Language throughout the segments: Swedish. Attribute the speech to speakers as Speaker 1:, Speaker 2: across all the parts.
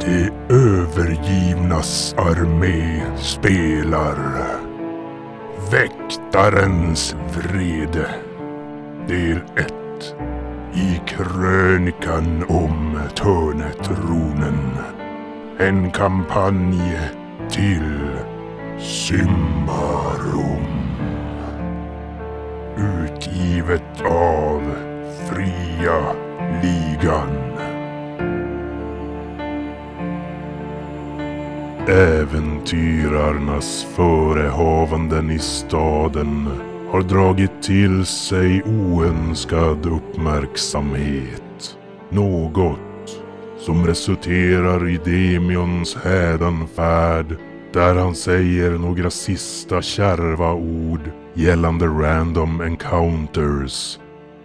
Speaker 1: De övergivnas armé spelar Väktarens vrede Del 1 I krönikan om Törnetronen En kampanj till Symbarum Utgivet av Fria Ligan Äventyrarnas förehavanden i staden har dragit till sig oönskad uppmärksamhet. Något som resulterar i Demions hädanfärd där han säger några sista kärva ord gällande random encounters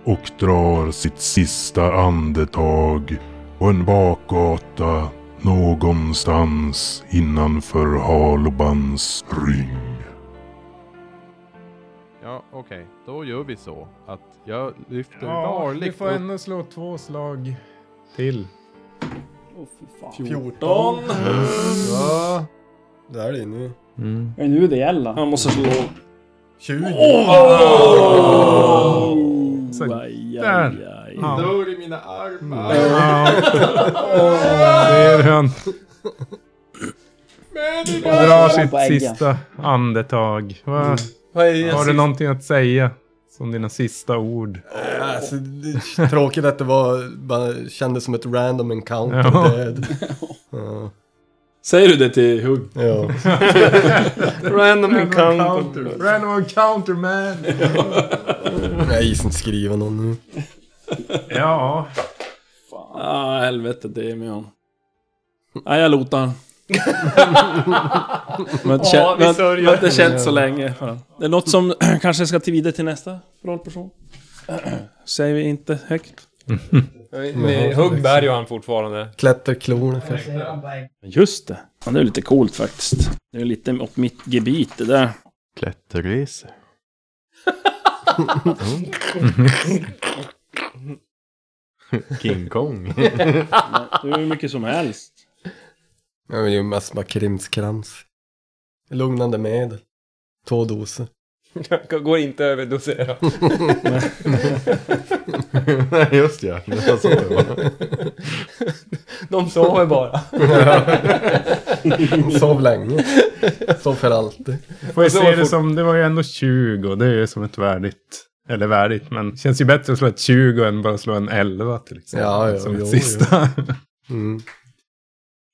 Speaker 1: och drar sitt sista andetag på en bakgata någonstans innanför Halobans ring.
Speaker 2: Ja, okej. Då gör vi så att jag lyfter
Speaker 3: Ja, vi
Speaker 2: varligt
Speaker 3: får
Speaker 2: upp.
Speaker 3: ändå slå två slag till.
Speaker 4: Åh, fy fan.
Speaker 5: 14.
Speaker 2: Ja.
Speaker 5: Där är det nu.
Speaker 4: Är det nu det gäller?
Speaker 5: Han måste slå 20.
Speaker 4: Oh,
Speaker 3: Så
Speaker 4: aj,
Speaker 3: där.
Speaker 4: aj, aj.
Speaker 3: Ja.
Speaker 2: Dör i mina armar.
Speaker 3: Ser hur han drar
Speaker 4: På äggen.
Speaker 3: sitt sista andetag. Va?
Speaker 5: Vad är det
Speaker 3: Har du någonting att säga? Som dina sista ord.
Speaker 5: Alltså, det är tråkigt att det var, bara kändes som ett random encounter.
Speaker 3: Ja.
Speaker 5: Dead. Ja.
Speaker 4: Säger du det till Hugg?
Speaker 5: ja.
Speaker 6: Random encounter.
Speaker 3: Random encounter man!
Speaker 5: Jag gissar inte skriva någon nu.
Speaker 3: Ja.
Speaker 4: Ah, helvete Demion. Nej, jag lotar. men det
Speaker 6: Ja,
Speaker 4: kän-
Speaker 6: vi
Speaker 4: men-
Speaker 6: sörjer.
Speaker 4: men det känns så länge. Fan. Det är något som kanske ska till vidare till nästa rollperson. Säger vi inte högt.
Speaker 5: Men-
Speaker 6: Hugg bär ju han fortfarande.
Speaker 5: Klätterklorna kanske.
Speaker 4: Just det. Ja, det är lite coolt faktiskt. Det är lite åt mitt gebit det där.
Speaker 7: Klätterresor. King Kong.
Speaker 4: Det är hur mycket som helst.
Speaker 5: Jag vill ju mest bara krimskrams. Lugnande medel. Två doser.
Speaker 6: Går inte över dosera.
Speaker 7: Nej, just ja. Det var så det var.
Speaker 6: De sover bara.
Speaker 5: Sov länge. Sov för alltid.
Speaker 3: Får jag
Speaker 6: Så
Speaker 3: se det
Speaker 6: fort-
Speaker 3: som, det var ju ändå 20. Det är ju som ett värdigt. Eller värdigt, men känns ju bättre att slå ett 20 än bara slå en 11 till exempel.
Speaker 5: Ja, ja,
Speaker 3: som
Speaker 5: jo,
Speaker 3: ett sista.
Speaker 5: Mm.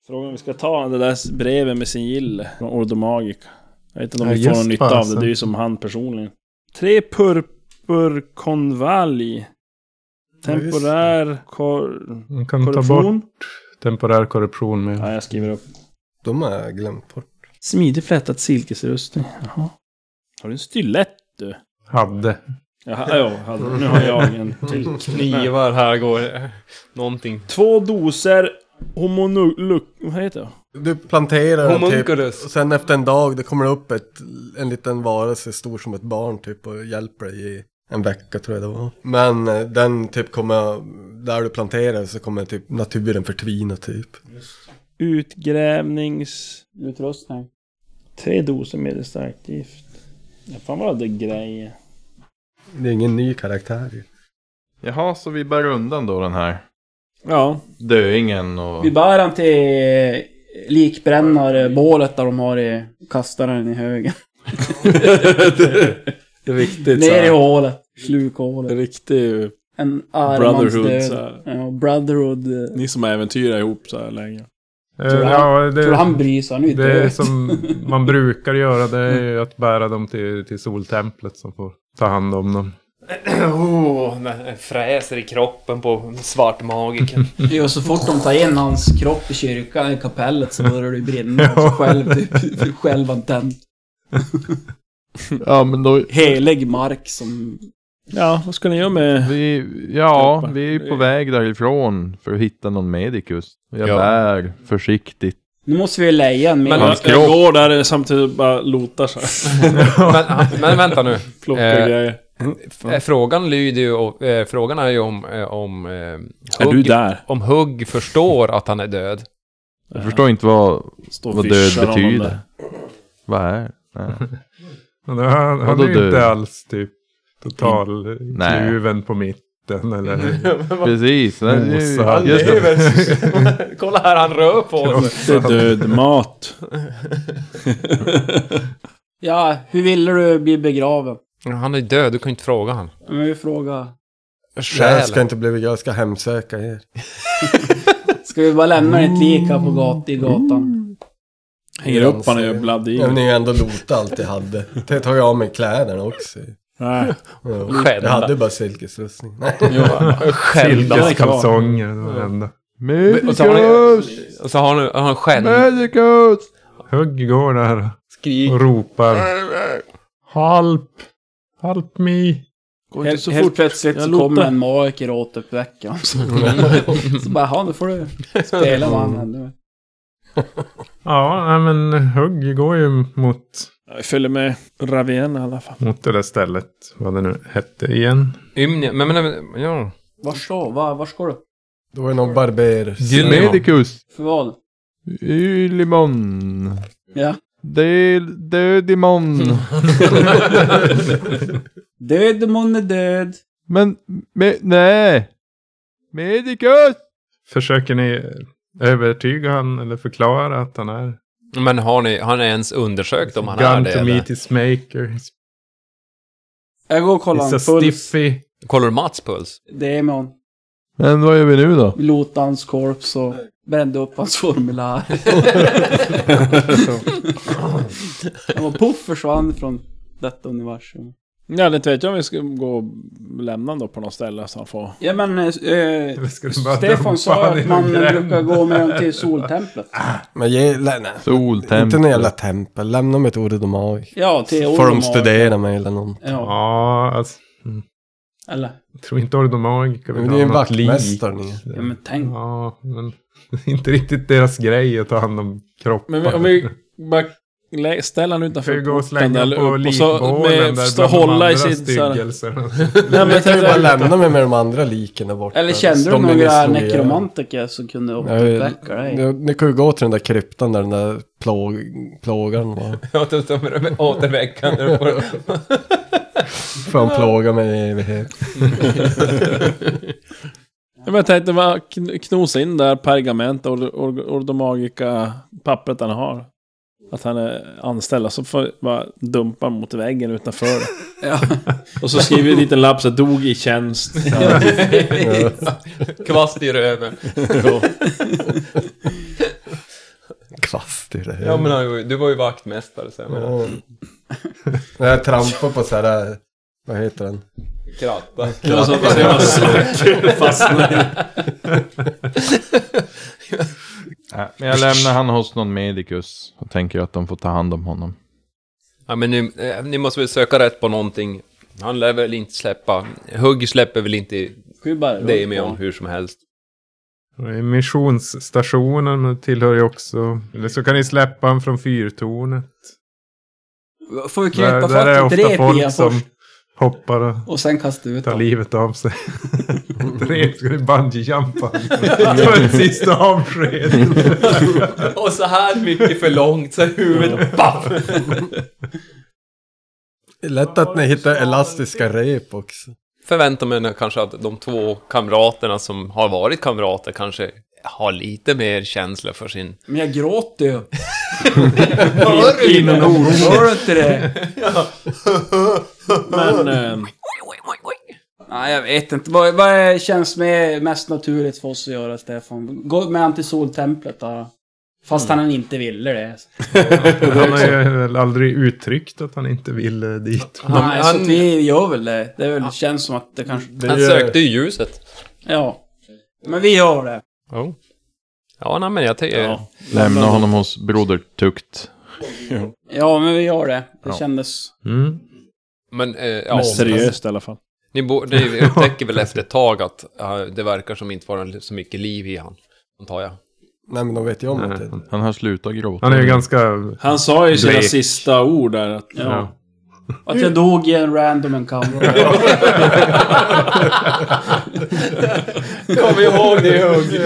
Speaker 4: Frågan om vi ska ta det där brevet med sin gille från Ordo Magica. Jag vet inte om
Speaker 3: Ja,
Speaker 4: vi får
Speaker 3: just
Speaker 4: någon nytta
Speaker 3: fan,
Speaker 4: av det, det är ju som han personligen. Tre purpurkonvalj. Temporär kor-
Speaker 3: Man kan ta bort
Speaker 4: korruption.
Speaker 3: temporär korruption med.
Speaker 4: Ja, jag skriver upp.
Speaker 5: De har jag glömt bort.
Speaker 4: Smidig flätad silkesrustning. Jaha. Har du en stylett du?
Speaker 3: Hade.
Speaker 4: Jaha, ja, hade- nu har jag en till.
Speaker 6: Knivar här går. eh, Någonting.
Speaker 4: Två doser homonuluk... Vad heter det?
Speaker 5: Du planterar den
Speaker 6: Homunculus.
Speaker 5: typ, och sen efter en dag det kommer det upp ett, en liten varelse stor som ett barn typ och hjälper dig i en vecka tror jag det var. Men eh, den typ kommer, där du planterar så kommer typ naturen förtvina typ.
Speaker 4: Utgrävnings...
Speaker 8: Utrustning.
Speaker 4: Tre doser medelstarkt gift. Ja, fan vad det är grejer.
Speaker 5: Det är ingen ny karaktär ju.
Speaker 7: Jaha, så vi bär undan då den här
Speaker 4: Ja.
Speaker 7: döingen och...
Speaker 8: Vi bär han till likbrännarbålet där de har i kastaren i högen.
Speaker 4: Riktigt
Speaker 8: Ner i
Speaker 4: såhär.
Speaker 8: hålet. Slukhålet.
Speaker 4: Riktig
Speaker 8: En
Speaker 4: brotherhood
Speaker 8: armansdöd.
Speaker 4: såhär.
Speaker 8: Ja, Brotherhood. eh,
Speaker 4: Ni som äventyrar ihop så här länge.
Speaker 3: Eh,
Speaker 8: Tror du
Speaker 3: Ja, det,
Speaker 8: Tror du han bryr sig? Mm. Han är ju
Speaker 3: det är
Speaker 8: död.
Speaker 3: som man brukar göra. Det är ju att bära dem till, till soltemplet som får ta hand om dem.
Speaker 6: Oh, det fräser i kroppen på svartmagiken.
Speaker 8: Jo, så fort de tar in hans kropp i kyrkan, i kapellet, så börjar det ju brinna.
Speaker 3: Ja.
Speaker 8: Själv, typ, själv han tänd.
Speaker 7: Ja, men då...
Speaker 8: Helig mark som...
Speaker 4: Ja, vad ska ni göra med...
Speaker 7: Vi, ja, vi är på väg därifrån för att hitta någon medikus. Och Jag
Speaker 5: Ja.
Speaker 7: bär försiktigt.
Speaker 8: Nu måste vi leja en
Speaker 4: Men
Speaker 8: mer.
Speaker 7: Hans
Speaker 4: jag
Speaker 7: kropp.
Speaker 4: eh, går där samtidigt och bara lotar så här.
Speaker 6: men, men vänta nu.
Speaker 4: Plockar
Speaker 6: Eh,
Speaker 4: grejer.
Speaker 6: Eh, Frågan lyder ju, och, eh, frågan är ju om, eh, om, eh,
Speaker 4: Är
Speaker 6: hugg,
Speaker 4: du där?
Speaker 6: om Hugg förstår att han är död.
Speaker 7: Jag förstår inte vad,
Speaker 4: Står och
Speaker 7: vad
Speaker 4: vischar
Speaker 7: död
Speaker 4: honom
Speaker 7: betyder.
Speaker 4: där.
Speaker 7: Vad är det?
Speaker 3: Men han, han
Speaker 7: Vadå
Speaker 3: är ju
Speaker 7: död?
Speaker 3: inte alls typ total
Speaker 7: Nej.
Speaker 3: kluven på mitten eller
Speaker 7: Precis. det är ju-
Speaker 3: Mosad.
Speaker 7: just det.
Speaker 6: lever. Kolla här, han rör på oss.
Speaker 4: Det är död mat.
Speaker 8: Ja, hur ville du bli begraven?
Speaker 6: Han är död, du kan ju inte fråga han.
Speaker 8: Men vi frågar.
Speaker 5: Jag ska inte bli, jag ska hemsöka er.
Speaker 8: Ska vi bara lämna ditt lik här på gat i gatan?
Speaker 4: Hänger upp han och gör bladd i.
Speaker 5: Ja, men ni har ju ändå lotat allt jag hade. Det tar jag av mig kläderna också.
Speaker 4: Nej.
Speaker 5: Ja. Jag
Speaker 6: Skälla.
Speaker 5: hade bara silkesrustning. Nej.
Speaker 6: Skälla.
Speaker 3: silkeskalsonger. Det var det enda.
Speaker 6: Och så har han,
Speaker 7: Medicus!
Speaker 6: och så har han, har han skäll.
Speaker 7: Medicus!
Speaker 3: Hugg går där
Speaker 6: Skrik.
Speaker 3: och ropar. Halp! Help me!
Speaker 4: Gå inte
Speaker 8: Helt,
Speaker 4: så
Speaker 8: helt
Speaker 4: fort.
Speaker 8: plötsligt så
Speaker 4: Jag
Speaker 8: kommer
Speaker 4: lotar.
Speaker 8: en magiker och återuppväcker honom. Så bara, ja nu får du spela vad han hände med.
Speaker 3: Ja, nej, men Hugg går ju mot,
Speaker 4: Jag följer med Ravien i alla fall.
Speaker 3: mot det där stället. Vad det nu hette igen.
Speaker 6: Ymnia. Men, men, men, ja.
Speaker 8: Vart då? Var, var ska du?
Speaker 5: Då är det någon barber.
Speaker 7: Medicus!
Speaker 8: För vad?
Speaker 7: Ylimon!
Speaker 8: Ja.
Speaker 7: Del... Dödimon!
Speaker 8: Död, mon är död.
Speaker 7: Men... Me, nej! Medicus!
Speaker 3: Försöker ni övertyga han eller förklara att han är
Speaker 6: men har ni, har ni ens undersökt om han är
Speaker 3: Gun
Speaker 6: det?
Speaker 3: to
Speaker 6: eller?
Speaker 3: meet his maker. He's,
Speaker 8: Jag går och kollar
Speaker 3: he's a
Speaker 8: hans puls.
Speaker 3: stiffy.
Speaker 6: Kollar du Mats puls?
Speaker 8: Demon.
Speaker 7: Men vad gör vi nu då?
Speaker 8: Vi lotade hans korps och brände upp hans formulär. Han var poff försvann från detta universum.
Speaker 4: Ja, inte vet jag om vi ska gå och lämna honom då på något ställe så han får...
Speaker 8: Ja men, eh,
Speaker 3: Eller ska du bara dumpa
Speaker 8: Stefan sa
Speaker 3: han
Speaker 8: ju
Speaker 3: i
Speaker 8: att
Speaker 3: en
Speaker 8: man
Speaker 3: gränd?
Speaker 8: brukar gå med dem till soltemplet.
Speaker 5: Men ge, nej, nej. Inte
Speaker 7: Soltempel.
Speaker 5: någon jävla tempel. Lämna mig till Orde Domai.
Speaker 8: Ja, till
Speaker 5: Får de
Speaker 8: Ormar.
Speaker 5: studera mig eller någon.
Speaker 8: Ja,
Speaker 3: Ja, alltså.
Speaker 8: eller?
Speaker 3: Jag tror inte Ordomagiker
Speaker 5: Men det är ju en
Speaker 3: något lik.
Speaker 5: vaktmästare ni är.
Speaker 8: Ja men tänk.
Speaker 3: Ja, men inte riktigt deras grej att ta hand om kroppar.
Speaker 4: Men vi- om vi bara lä- ställer han utanför
Speaker 3: Försöker gå och
Speaker 4: porten
Speaker 3: slänga
Speaker 4: där
Speaker 3: på
Speaker 4: upp och så
Speaker 3: likbålen
Speaker 4: med,
Speaker 3: där
Speaker 4: stå och
Speaker 3: bland de
Speaker 4: hålla i
Speaker 3: andra
Speaker 4: sin så här,
Speaker 3: styggelserna.
Speaker 4: Nej men
Speaker 5: Jag
Speaker 4: jag
Speaker 5: kan ju bara
Speaker 4: tänkte...
Speaker 5: lämna mig med de andra liken där borta. Alltså,
Speaker 8: Eller kände du
Speaker 5: De vill
Speaker 8: några
Speaker 5: slå ihjäl.
Speaker 8: nekromantiker som kunde återuppväcka dig?
Speaker 5: Ja, Ni kan ju gå till den där kryptan där den där plåg, plågan var.
Speaker 6: Ja, de de är återväckande.
Speaker 5: Får han plåga mig i evighet.
Speaker 4: Ja, men jag tänkte bara kn- knosa in där pergament och, och, och de magiska pappret han har. Att han är anställd. Så får jag bara dumpa mot väggen utanför.
Speaker 8: Ja.
Speaker 4: och så skriver vi dit en lapp så här, dog i tjänst.
Speaker 6: Kvast i röven.
Speaker 5: Kvast i det här.
Speaker 6: Ja, men han var ju- du var ju vaktmästare så jag menar.
Speaker 5: Ja. När jag trampar på så här, vad heter den?
Speaker 6: Kratta.
Speaker 4: Och så får jag slår fastnar i-
Speaker 7: Nej, men jag lämnar han hos någon Medicus. Och tänker att de får ta hand om honom.
Speaker 6: Ja, men ni, eh, ni måste väl söka rätt på någonting. Han lär väl inte släppa. Hugg släpper väl inte
Speaker 8: Ska vi bara...
Speaker 6: Damian hur som helst.
Speaker 3: Missionsstationen men tillhör ju också... Eller så kan ni släppa han från fyrtornet.
Speaker 8: Får vi
Speaker 3: Där,
Speaker 8: krypa
Speaker 3: där är det
Speaker 8: fast i
Speaker 3: ofta
Speaker 8: tre pia
Speaker 3: folk som
Speaker 8: först?
Speaker 3: hoppar och
Speaker 8: Och sen kasta ut
Speaker 3: ta
Speaker 8: dem.
Speaker 3: livet av sig. Tre ska du bungyjumpa. Det var ett sista avsked.
Speaker 6: Och så här mycket för långt så huvudet baff!
Speaker 5: Det är lätt att ni hittar elastiska rep också.
Speaker 6: Förväntar mig nu kanske att de två kamraterna som har varit kamrater kanske har lite mer känsla för sin...
Speaker 8: Men jag gråter ju. Inom oro. Hör du inte det?
Speaker 4: Men... ehm,
Speaker 8: Nej, jag vet inte. Vad, vad är- känns med mest naturligt för oss att göra, Stefan? Gå med han till soltemplet då. Fast
Speaker 3: Mm.
Speaker 8: han inte ville det.
Speaker 3: Han har ju väl aldrig uttryckt att han inte ville dit.
Speaker 8: Nej, så
Speaker 6: han-
Speaker 8: att vi gör väl det. Det är väl, känns som att det kanske...
Speaker 6: Han sökte ju ljuset.
Speaker 8: Ja. Men vi gör det.
Speaker 6: Oh. Ja, nej, men jag tycker...
Speaker 4: Ja.
Speaker 7: Lämna honom hos Broder Tukt.
Speaker 8: Ja, men vi gör det. Det
Speaker 7: Ja.
Speaker 8: kändes...
Speaker 3: Mm.
Speaker 6: Men, eh, ja,
Speaker 4: Men seriöst i alla fall.
Speaker 6: Ni, bo, ni upptäcker väl efter ett tag att eh, det verkar som inte vara så mycket liv i han. Antar jag.
Speaker 5: Nej men de vet ju om att det.
Speaker 7: Han har slutat gråta.
Speaker 3: Han är ju ganska...
Speaker 4: Han sa ju sina
Speaker 3: Blek.
Speaker 4: sista ord där. Att,
Speaker 3: Ja.
Speaker 8: Att jag dog i en random encounter.
Speaker 6: Kom ihåg det Hugg!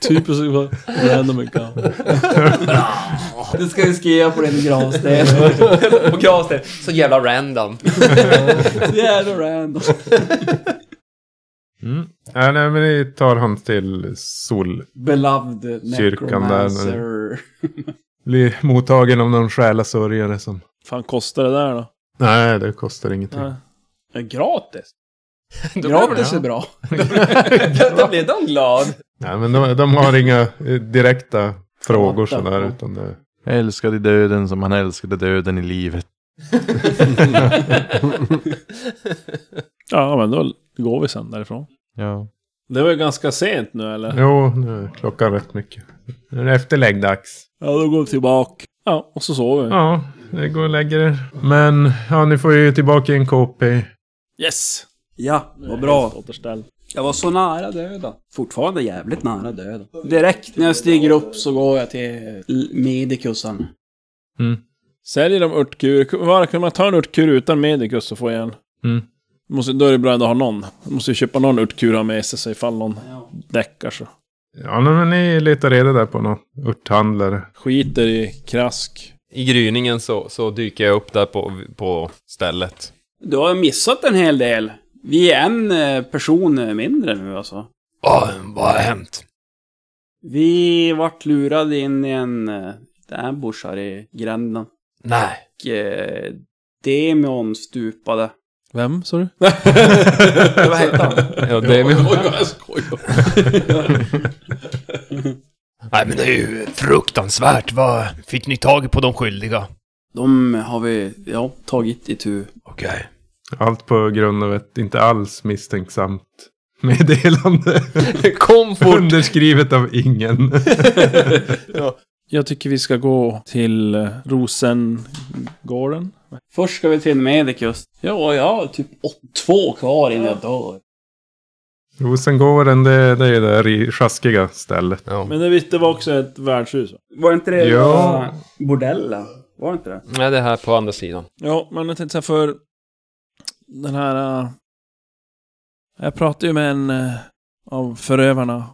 Speaker 4: Typiskt vad vad det händer mycket.
Speaker 8: Det ska vi skriva på din gravsten.
Speaker 6: På gravsten. Så jävla random.
Speaker 8: Jävla random.
Speaker 7: Mm.
Speaker 3: Ja, nej, men vi tar han till sol.
Speaker 8: Beloved
Speaker 3: Kyrkan där,
Speaker 8: necromancer.
Speaker 3: Blir mottagen av någon själasörjare som...
Speaker 4: fan kostar det där då?
Speaker 3: Nej, det kostar ingenting.
Speaker 4: Nej.
Speaker 8: Ja, gratis.
Speaker 6: Då
Speaker 8: Gratis är bra.
Speaker 6: blev, då blev de glad.
Speaker 3: Nej, men de, de har inga eh, direkta frågor
Speaker 4: Fattar.
Speaker 3: sådär, utan det...
Speaker 7: Jag älskade döden som han älskade döden i livet.
Speaker 4: Ja, men då går vi sen därifrån.
Speaker 7: Ja.
Speaker 4: Det var ju ganska sent nu eller?
Speaker 3: Jo, nu är klockan rätt mycket. Nu är det efterläggdags.
Speaker 4: Ja, då går vi tillbaka. Ja, och så sover vi.
Speaker 3: Ja, det går och lägger er. Men, ja, ni får ju tillbaka en KP.
Speaker 4: Yes!
Speaker 8: Ja, vad bra.
Speaker 4: Återställ.
Speaker 8: Jag var så nära döden. Fortfarande jävligt nära döden. Direkt när jag stiger upp så går jag till L- Medikusen.
Speaker 4: Säljer de örtkur? Var kan man ta en örtkur utan medicus så får jag en?
Speaker 3: Mm.
Speaker 4: Måste, då är det bra att ha någon. Måste ju köpa någon örtkur och ha med sig så ifall någon däckar så.
Speaker 3: Ja, nej, men ni letar reda där på någon örthandlare.
Speaker 4: Skiter i krask.
Speaker 6: I gryningen så, så dyker jag upp där på, på stället.
Speaker 8: Du har missat en hel del. Vi är en eh, person mindre nu alltså.
Speaker 6: Vad, vad har hänt?
Speaker 8: Vi vart lurade in i en eh, ambush här i gränden.
Speaker 6: Nej.
Speaker 8: Och eh, Demion stupade.
Speaker 4: Vem sa du?
Speaker 8: Vad hette han?
Speaker 6: Ja, det är vi.
Speaker 4: jag skojar.
Speaker 6: Nej men det är ju fruktansvärt. Vad fick ni tag på de skyldiga?
Speaker 8: De har vi, ja, tagit i tur.
Speaker 6: Okej.
Speaker 3: Allt på grund av ett inte alls misstänksamt meddelande.
Speaker 6: Kom fort!
Speaker 3: Underskrivet av ingen.
Speaker 4: Jag tycker vi ska gå till eh, Rosengården.
Speaker 8: Först ska vi till en Medicus. Ja, jag har typ åt, två kvar innan jag dör.
Speaker 3: Rosengården, det, det är det där i sjaskiga stället.
Speaker 6: Ja.
Speaker 4: Men det, visst, det var också ett värdshus va?
Speaker 8: Var inte det
Speaker 3: Ja.
Speaker 8: bordellen? Var det inte det?
Speaker 6: Nej, det här på andra sidan.
Speaker 4: Ja, men jag tänkte så här för den här... eh, jag pratade ju med en eh, av förövarna.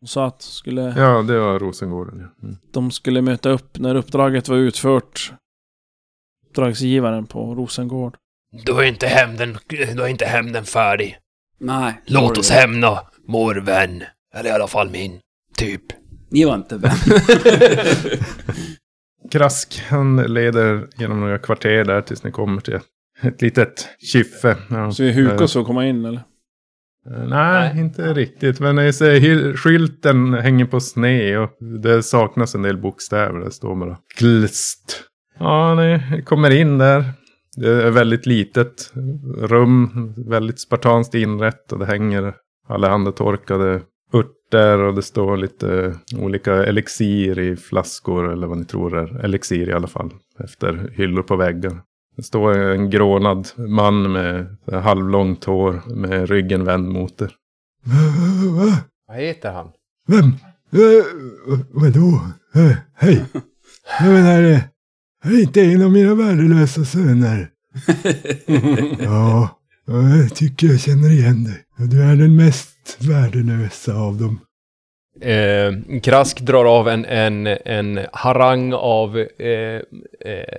Speaker 4: Hon sa att skulle,
Speaker 3: Ja, det var Rosengården. Ja. Mm.
Speaker 4: de skulle möta upp när uppdraget var utfört. Uppdragsgivaren på Rosengård.
Speaker 9: Då är inte hämnden, då är inte hämnden färdig.
Speaker 8: Nej.
Speaker 9: Låt oss hämna vår vän. Eller i alla fall min. Typ.
Speaker 8: Ni var inte vän.
Speaker 3: Krask, han leder genom några kvarter där tills ni kommer till ett litet kyffe. Mm. Ja.
Speaker 4: Så vi hukar oss för att komma in eller?
Speaker 3: Eh, Nej, inte riktigt. Men jag säger, hy- skylten hänger på sne och det saknas en del bokstäver. Det står bara klst. Ja, ni kommer in där. Det är väldigt litet rum, väldigt spartanskt inrett och det hänger allehanda torkade örter och det står lite olika elixir i flaskor eller vad ni tror är elixir i alla fall. Efter hyllor på väggen. Det står en grånad man med så här halvlångt hår med ryggen vänd mot er.
Speaker 6: Vad heter han?
Speaker 10: Vem? Eh, vadå? Eh, hej! Jag menar, eh, är inte en av mina värdelösa söner? ja, ja, jag tycker jag känner igen dig. Du är den mest värdelösa av dem.
Speaker 6: Eh, Krask drar av en, en, en harang av eh, eh,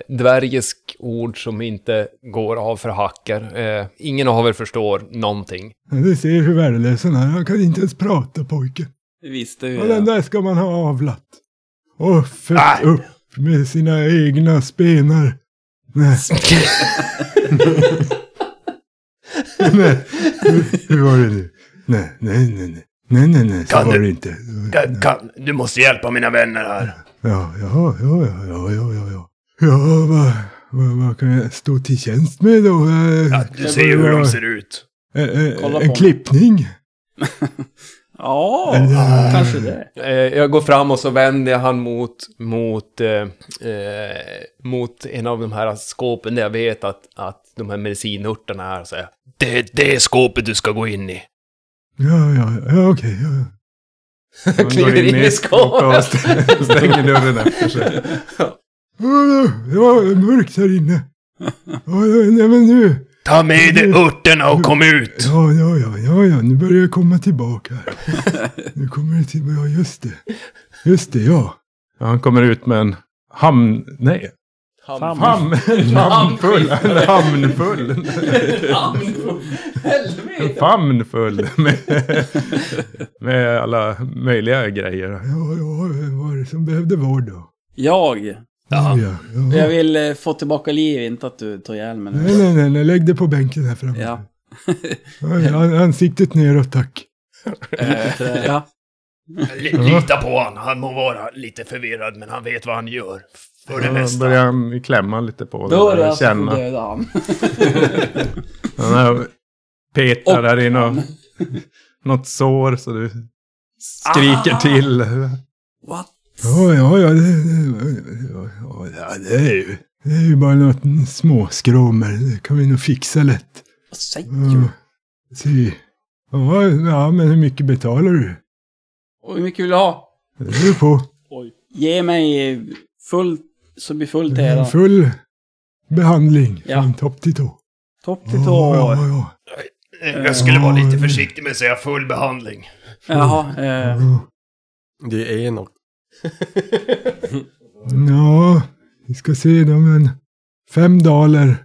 Speaker 6: dvärgisk ord som inte går av för hacker. Eh, ingen av er förstår någonting.
Speaker 10: Ja, Du ser hur värdelös han är. Han kan inte ens prata pojken.
Speaker 8: Det visste
Speaker 10: Ja, den
Speaker 8: vi.
Speaker 10: där ska man ha avlat. Och fött upp med sina egna spenar. Nej. nej. Hur, hur var det nu? Nej, nej, nej, nej. Nej, nej, nej, så
Speaker 9: Kan
Speaker 10: var
Speaker 9: du-
Speaker 10: det inte.
Speaker 9: Kan, kan, du måste hjälpa mina vänner här.
Speaker 10: Ja, ja, ja, ja, ja, ja, ja, ja. Ja, vad, vad, vad kan jag stå till tjänst med då? Eh,
Speaker 9: Ja, Du ser ju hur de ser ut.
Speaker 10: eh, eh,
Speaker 8: Kolla på
Speaker 10: en
Speaker 8: honom.
Speaker 10: klippning?
Speaker 8: Ja,
Speaker 10: Eller-
Speaker 8: kanske det.
Speaker 6: Eh, jag går fram och så vänder jag han mot, mot, eh, eh, mot en av de här skåpen där jag vet att, att de här medicinörterna är. Så jag,
Speaker 9: Det är det skåpet du ska gå in i.
Speaker 10: Ja, ja, ja, okej. Ja, ja.
Speaker 3: Han
Speaker 6: Kliver
Speaker 3: går
Speaker 6: in i skåpet.
Speaker 3: och st- stänger dörren efter sig.
Speaker 10: Ja, Det var mörkt här inne. Ja, ja, nej men nu.
Speaker 9: Ta med dig örterna och kom ut.
Speaker 10: Ja, ja, ja, ja, ja, nu börjar jag komma tillbaka. här. nu kommer det tillbaka, ja just det. Just det, ja.
Speaker 3: Ja, han kommer ut med en hamn... Nej.
Speaker 4: Hamn.
Speaker 3: Hamn. Hamnfull. En hamnfull. En
Speaker 8: Helvete!
Speaker 3: famn full med, med alla möjliga grejer.
Speaker 10: Ja, ja, vem var det som behövde vård då?
Speaker 8: Jag.
Speaker 10: Ja. Ja,
Speaker 8: Jag
Speaker 10: ja.
Speaker 8: vill eh, få tillbaka liv, inte att du tar ihjäl mig
Speaker 10: Nej,
Speaker 8: nu.
Speaker 10: nej, nej, nej, lägg dig på bänken här framme.
Speaker 8: Ja.
Speaker 10: Ja, an- Ansiktet neråt, tack.
Speaker 8: Eh, ja.
Speaker 9: Li- Lita på han. Han må vara lite förvirrad, men han vet vad han gör. För det
Speaker 3: Då
Speaker 9: mesta.
Speaker 3: börjar han klämma lite på det.
Speaker 8: Då är
Speaker 3: där
Speaker 8: det
Speaker 3: och
Speaker 8: alltså
Speaker 3: känna.
Speaker 8: att döda han.
Speaker 3: Han har- petar
Speaker 8: Och-
Speaker 3: där i något, något sår så du skriker
Speaker 8: Ah!
Speaker 3: till.
Speaker 8: What?
Speaker 10: Ja, ja, ja, det, det, ja, ja, ja, det är ju... Det är ju bara något småskrommel, det kan vi nog fixa lätt.
Speaker 8: Vad säger du? Mm.
Speaker 10: Ja, se. Ja, ja, men hur mycket betalar du?
Speaker 8: Och hur mycket vill du ha?
Speaker 10: Det beror på.
Speaker 8: Ge mig fullt, så blir fullt det
Speaker 10: En
Speaker 8: hela.
Speaker 10: full behandling
Speaker 8: Ja.
Speaker 10: från topp till tå.
Speaker 8: Topp till
Speaker 10: Ja,
Speaker 8: tå.
Speaker 10: ja, ja.
Speaker 9: Jag skulle vara lite försiktig med att säga full behandling.
Speaker 8: Jaha, eh,
Speaker 10: Ja.
Speaker 5: Det är Enok.
Speaker 10: Ja, vi ska se det om en fem daler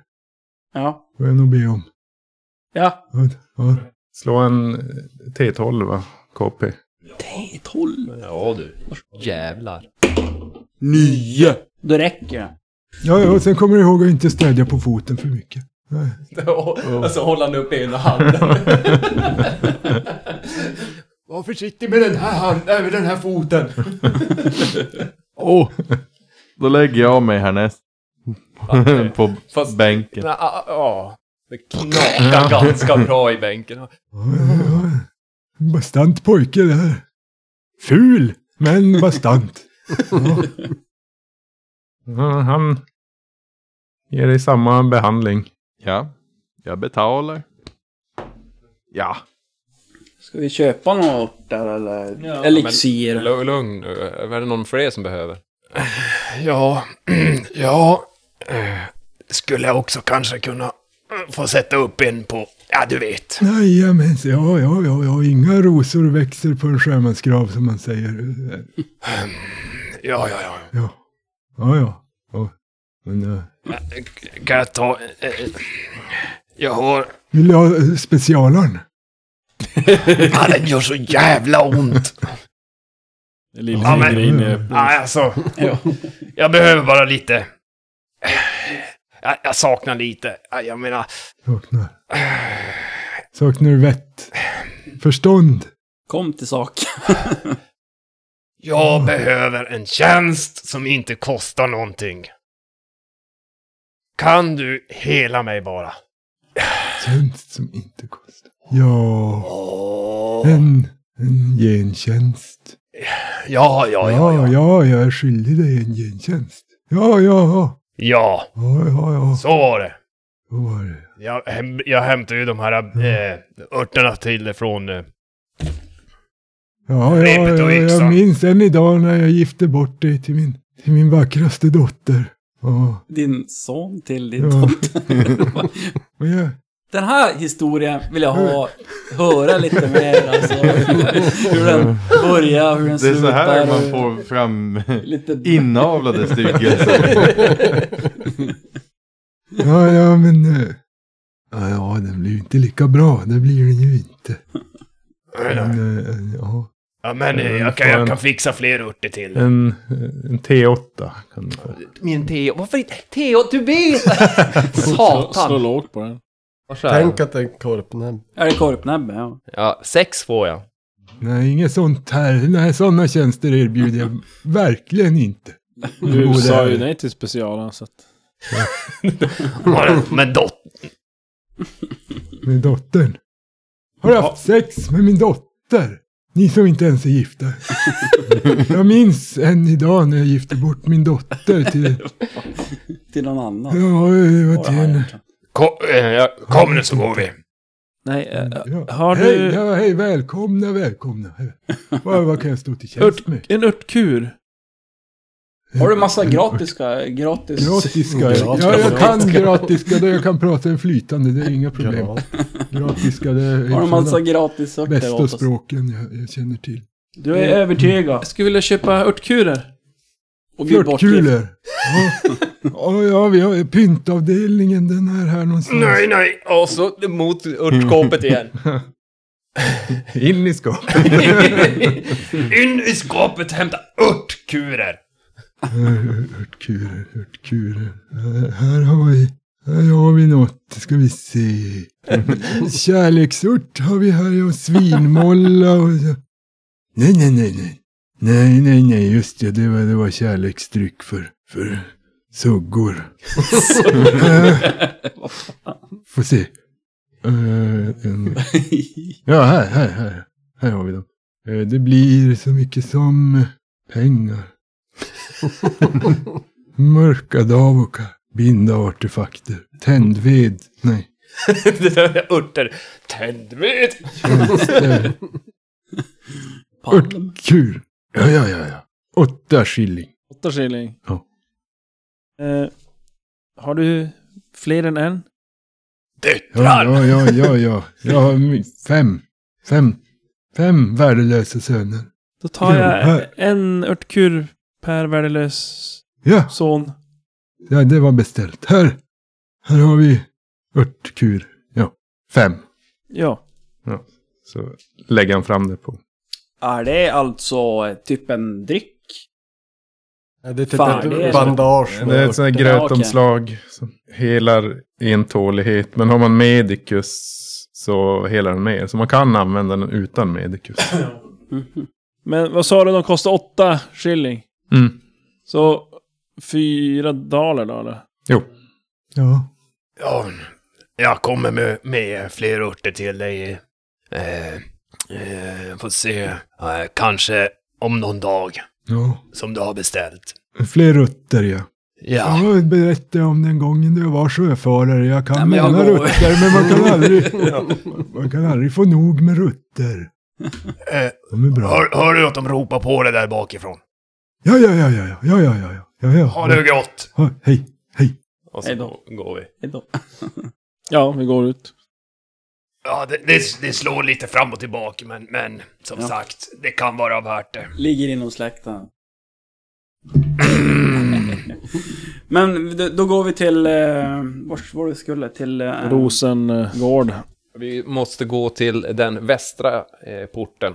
Speaker 8: ja.
Speaker 10: får jag nog be om.
Speaker 8: Ja.
Speaker 10: Ja, ja.
Speaker 3: Slå en T12 va? KP.
Speaker 8: T12.
Speaker 6: Ja du. Jävlar.
Speaker 8: Nio. Då räcker det.
Speaker 10: Ja, ja, och sen kommer du ihåg att inte stödja på foten för mycket. Nej.
Speaker 6: Och så håller han upp ena handen. Var försiktig med den här handen, över den här foten.
Speaker 7: Åh! Då lägger jag mig härnäst. på
Speaker 6: Fast-
Speaker 7: bänken.
Speaker 6: Ja, ah, ah. det knakar ganska bra i bänken.
Speaker 10: Ja, ja, ja. En Bastant pojke det här. Ful, men bastant.
Speaker 3: Ja, Han ger dig samma behandling.
Speaker 7: Ja, jag betalar. Ja,
Speaker 8: Ska vi köpa några örter eller elixir?
Speaker 6: Lu- Lugn nu. Är det någon fler som behöver?
Speaker 9: Ja, ja. eh, Skulle jag också kanske kunna eh, få sätta upp en på... Ja, du vet.
Speaker 10: Nej, men ja, ja, ja, ja, inga rosor växer på en sjömansgrav som man säger.
Speaker 9: Ja, ja, ja.
Speaker 10: Ja, ja, ja. ja. Men, eh, ja.
Speaker 9: Kan jag ta... eh, eh, Jag har...
Speaker 10: Vill du ha eh, specialaren?
Speaker 9: Ah, den gör så jävla ont! Ja, men-
Speaker 4: Lillfingret
Speaker 9: Nej, alltså. Jag behöver bara lite... Jag, jag saknar lite. Ja, Jag menar...
Speaker 10: Saknar. Saknar du vett? Förstånd?
Speaker 8: Kom till sak.
Speaker 9: Jag behöver en tjänst som inte kostar någonting. Kan du hela mig bara?
Speaker 10: Tjänst som inte kostar. Ja, en, en gentjänst.
Speaker 9: Ja, ja, ja, ja.
Speaker 3: Ah.
Speaker 10: Ja, ja, jag är skyldig dig en gentjänst. Ja, ja, ja.
Speaker 9: Ja,
Speaker 10: Ja, ja, ja.
Speaker 9: så var det.
Speaker 10: Så var det.
Speaker 9: Jag, häm- jag hämtade ju de här eh, örterna till dig från... Eh,
Speaker 10: Ja, ja,
Speaker 9: Repet och
Speaker 10: ja, jag
Speaker 9: yxan.
Speaker 10: minns än idag när jag gifte bort dig till min, till min vackraste dotter. Ja,
Speaker 8: Din son till din
Speaker 10: Ja.
Speaker 8: dotter.
Speaker 10: men jag,
Speaker 8: Den här historien vill jag ha, höra lite mer alltså. Hur den börjar, hur den
Speaker 7: det är så
Speaker 8: slutar.
Speaker 7: här man
Speaker 8: hur-
Speaker 7: får fram
Speaker 8: Lite
Speaker 7: inavlade stycken.
Speaker 10: ja, ja, men... eh, Ja, ja, den blir ju inte lika bra. Det blir den ju inte. Men, eh, ja.
Speaker 9: ja, men eh, jag kan, jag kan fixa fler örter till dig.
Speaker 3: En, en T8 kan du få.
Speaker 6: Min Theo. Varför inte? Theo, du vet!
Speaker 4: Slå
Speaker 6: Satan.
Speaker 4: lågt på den.
Speaker 5: Tänk att det är en korpnäbb.
Speaker 8: Är det korpnäbbe? Ja.
Speaker 6: Ja, sex får jag.
Speaker 10: Nej, inget sånt här. Nej, sådana tjänster erbjuder jag verkligen inte.
Speaker 4: Du
Speaker 10: Jo, det
Speaker 4: sa
Speaker 10: är
Speaker 4: ju
Speaker 10: det.
Speaker 4: nej till specialen så att...
Speaker 9: Ja, Men då,
Speaker 10: Med dottern. Har du haft sex med min dotter? Ni som inte ens är gifta. jag minns än idag när jag gifte bort min dotter till...
Speaker 8: Till någon annan.
Speaker 10: Ja, det var
Speaker 8: Har
Speaker 10: till
Speaker 8: han
Speaker 10: en...
Speaker 8: gjort.
Speaker 9: kom, eh, ja, kom nu så går vi.
Speaker 4: Nej, eh,
Speaker 8: äh,
Speaker 10: Ja.
Speaker 4: har
Speaker 10: hej,
Speaker 4: du
Speaker 10: ja, hej, välkomna, välkomna. Vad, vad kan jag stå till tjänst med?
Speaker 4: en örtkur?
Speaker 8: Har du massa gratiska... Gratis...
Speaker 10: Gratiska. Ja, jag kan gratiska. det- Jag kan prata en flytande. Det är inga problem. Gratiska. Det är
Speaker 8: Har du
Speaker 10: ett av
Speaker 8: massa
Speaker 10: de
Speaker 8: gratis åt
Speaker 10: bästa
Speaker 8: oss?
Speaker 10: språken jag, jag känner till.
Speaker 8: Du är övertygad.
Speaker 4: Jag skulle vilja köpa örtkurer.
Speaker 8: Och blir bortgift.
Speaker 10: Flörtkulor. Ja. Ja, ja, vi har pyntavdelningen. Den är här någonstans.
Speaker 6: Nej, nej! Och så mot örtskåpet igen.
Speaker 3: In i skåpet.
Speaker 6: In i skåpet, hämta örtkurer!
Speaker 10: Örtkurer, örtkurer. Eh, Här har vi, här har vi något, ska vi se. Kärleksört har vi här och svinmolla och... Nej, nej, nej, nej. Nej, nej, nej, just det, det var, det var kärleksdryck för, för suggor. Eh, Får se. Eh, en- Ja, här, här, här. Här har vi dem. Eh, Det blir så mycket som eh, pengar. Mörka davoka. Binda artefakter. Tändved. Nej.
Speaker 6: Det där är örter. Tändved!
Speaker 10: Tjänster.
Speaker 8: Palm.
Speaker 10: Kul. Ja, ja, ja, ja. Åtta skilling.
Speaker 4: Åtta skilling.
Speaker 10: Ja.
Speaker 4: Eh, har du fler än en?
Speaker 10: Ja, ja, ja, ja, ja. Jag har my- fem. Fem. Fem värdelösa söner.
Speaker 4: Då tar jag
Speaker 10: Ja.
Speaker 4: en örtkur per värdelös
Speaker 10: Ja,
Speaker 4: son.
Speaker 10: ja det var beställt. Här. Här har vi örtkur. Ja. Fem.
Speaker 4: Ja.
Speaker 3: Så lägger han fram det på.
Speaker 8: Ja, det är alltså eh, typ en dryck.
Speaker 5: Ja, det är typ
Speaker 8: Fan, det är
Speaker 5: ett bandage.
Speaker 3: Det är ett sånt här
Speaker 8: Ja, okej.
Speaker 3: grötomslag som helar entålighet. Men har man medicus så helar den mer. Så man kan använda den utan medicus.
Speaker 4: Men vad sa du, de kostar åtta skilling?
Speaker 3: Mm.
Speaker 4: Så fyra daler då eller?
Speaker 10: Ja.
Speaker 9: Ja, jag kommer med, med fler örter till dig. Eh, eh, får se. Eh, kanske om någon dag,
Speaker 10: Ja.
Speaker 9: som du har beställt.
Speaker 10: Fler rutter, ja.
Speaker 9: Ja,
Speaker 10: Ja, jag berättade om den gången då jag var sjöfarare. Jag kan
Speaker 8: Nej, men jag
Speaker 10: många
Speaker 8: går.
Speaker 10: rutter, men man kan, aldrig, man kan aldrig få nog med rutter.
Speaker 9: Eh,
Speaker 10: De är bra.
Speaker 9: hör, hör du att de ropar på dig där bakifrån?
Speaker 10: Ja, ja, ja, ja, ja, ja, ja, ja, ja, ja, ja.
Speaker 9: Har du grått?
Speaker 10: Ja, Hej, hej.
Speaker 6: Och
Speaker 8: Hej
Speaker 6: så
Speaker 8: då.
Speaker 6: går vi.
Speaker 8: Hejdå.
Speaker 4: Ja, vi går ut.
Speaker 9: Ja, det, det, det slår lite fram och tillbaka, men, men som
Speaker 8: Ja.
Speaker 9: sagt, det kan vara värt det.
Speaker 8: Ligger inom släkten. Men då- då går vi till... Eh, vart var vi skulle? Till... Eh,
Speaker 4: Rosengård.
Speaker 6: Vi måste gå till den västra eh, porten.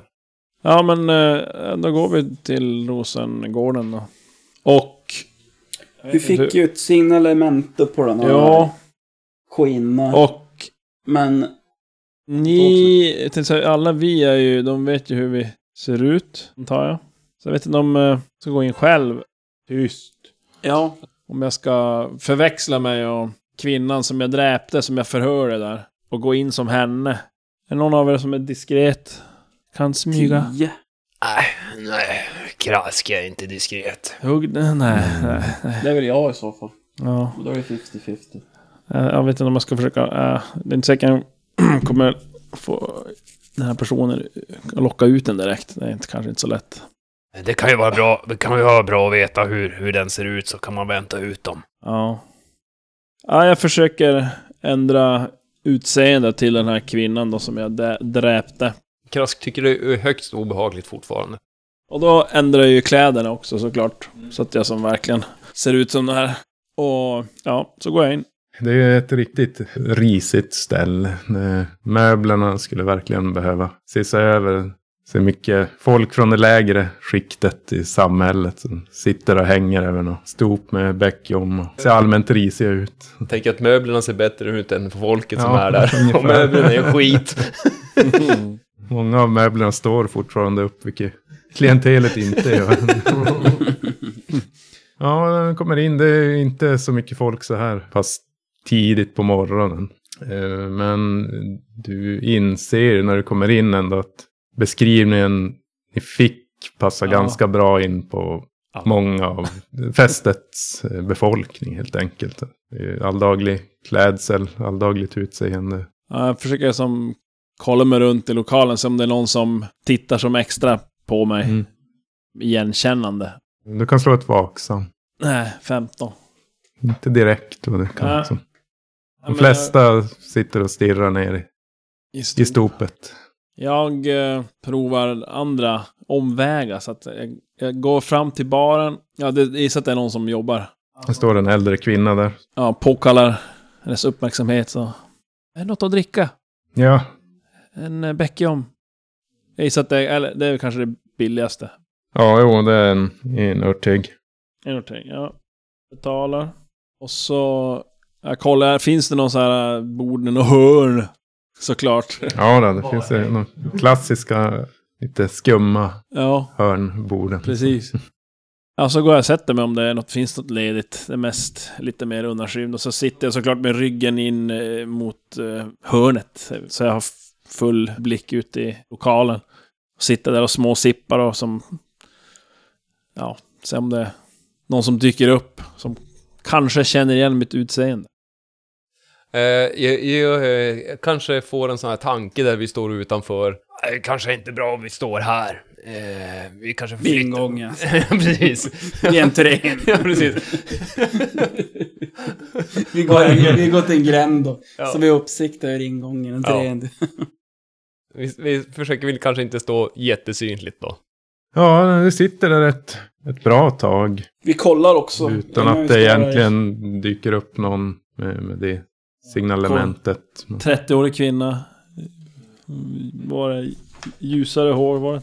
Speaker 4: Ja, men eh, då går vi till Rosengården då. Och...
Speaker 8: Du fick ju ett signalement på den här
Speaker 4: Ja,
Speaker 8: skinna.
Speaker 4: och
Speaker 8: Men
Speaker 4: Ni, jag tänkte säga, alla vi är ju, de vet ju hur vi ser ut, antar jag. Så jag vet inte om eh, jag ska gå in själv. Tyst.
Speaker 8: ja,
Speaker 4: Om jag ska förväxla mig och kvinnan som jag dräpte, som jag förhörde där. Och gå in som henne. Är det någon av er som är diskret? Kan smyga?
Speaker 8: tio.
Speaker 9: Nej, nej, krask är inte diskret.
Speaker 4: Hugg? Nej, nej, nej.
Speaker 8: Det är väl jag i så fall.
Speaker 4: Ja,
Speaker 8: Och då är det 50-50.
Speaker 4: eh, jag vet inte om jag ska försöka. eh, Det är inte säkert jag kommer få den här personen att locka ut den direkt. Det är inte, kanske inte så lätt.
Speaker 9: Det kan ju vara bra, det kan ju vara bra att veta hur, hur den ser ut, så kan man vänta ut dem.
Speaker 4: Ja. ja. Jag försöker ändra utseende till den här kvinnan då som jag dä- dräpte.
Speaker 6: Krask tycker det är högst obehagligt fortfarande.
Speaker 4: Och då ändrar jag ju kläderna också såklart. Så att jag som verkligen ser ut som det här. Och ja, så går jag in.
Speaker 3: Det är ett riktigt risigt ställe. Det- Möblerna skulle verkligen behöva ses över. Så mycket folk från det lägre skiktet i samhället som sitter och hänger över något stop med bäckjom och ser allmänt risiga ut.
Speaker 6: Tänk att möblerna ser bättre ut än folket som
Speaker 3: Ja,
Speaker 6: är där.
Speaker 3: ungefär.
Speaker 6: Och möblerna är skit.
Speaker 3: Många av möblerna står fortfarande upp, vilket klientelet inte gör. ja, när den kommer in. Det är inte så mycket folk så här, fast tidigt på morgonen. Eh, Men du inser när du kommer in ändå att beskrivningen ni fick passar
Speaker 4: Ja.
Speaker 3: ganska bra in på
Speaker 4: Ja.
Speaker 3: många av fästets eh, befolkning helt enkelt. Det är Alldaglig klädsel, alldagligt utseende.
Speaker 4: Ja, Jag försöker som kolla mig runt i lokalen, se om det är någon som tittar som extra på mig.
Speaker 3: Mm.
Speaker 4: Igenkännande.
Speaker 3: Du kan slå ett vaksam.
Speaker 4: Nej, 15.
Speaker 3: Inte direkt vad det kan.
Speaker 4: Nej.
Speaker 3: liksom.
Speaker 4: Ja,
Speaker 3: De
Speaker 4: men
Speaker 3: flesta sitter och stirrar ner i,
Speaker 4: jag-
Speaker 3: i stopet.
Speaker 4: Jag eh, provar andra omvägar. Så att jag, jag går fram till baren. Ja, det jag gissar att det är någon som jobbar.
Speaker 3: Det står en äldre kvinna där.
Speaker 4: Ja, påkallar hennes uppmärksamhet. Så. Är det något att dricka?
Speaker 3: Ja,
Speaker 4: En eh, Beckiom? Jag gissar att det är, eller, det är kanske det billigaste.
Speaker 3: ja jo, det är en, en örtig.
Speaker 4: En notering, ja. Betalar. Och så... Jag kollar, finns det någon så här bord med något hörn? Såklart.
Speaker 3: Ja, då, det finns ju de klassiska lite skumma
Speaker 4: Ja,
Speaker 3: hörnborden.
Speaker 4: precis. Ja, så går jag och sätter mig om det är något, finns något ledigt. Det är mest lite mer undanskymt. Och så sitter jag såklart med ryggen in eh, mot eh, hörnet. Så jag har f- full blick ut i lokalen. Och sitter där och småsippar och som... Ja, se om det är någon som dyker upp. Som kanske känner igen mitt utseende.
Speaker 6: Eh, jag, jag, eh, kanske får en sån här tanke där vi står utanför.
Speaker 9: Eh, Kanske inte bra om vi står här. Eh, vi kanske får
Speaker 8: Vid
Speaker 9: flytta-
Speaker 8: ingången.
Speaker 6: Precis.
Speaker 8: I entrén.
Speaker 6: ja, precis.
Speaker 8: Vi går, vi går till en gränd då. Så vi har uppsikt över ingången. Entrén.
Speaker 6: Vi, vi försöker väl kanske inte stå jättesynligt då.
Speaker 3: Ja, det sitter där ett, ett bra tag.
Speaker 8: Vi kollar också.
Speaker 3: Utan att det egentligen dyker upp någon med, med det signalementet. Men
Speaker 4: 30-årig kvinna. Mm, Var det ljusare hår? Var det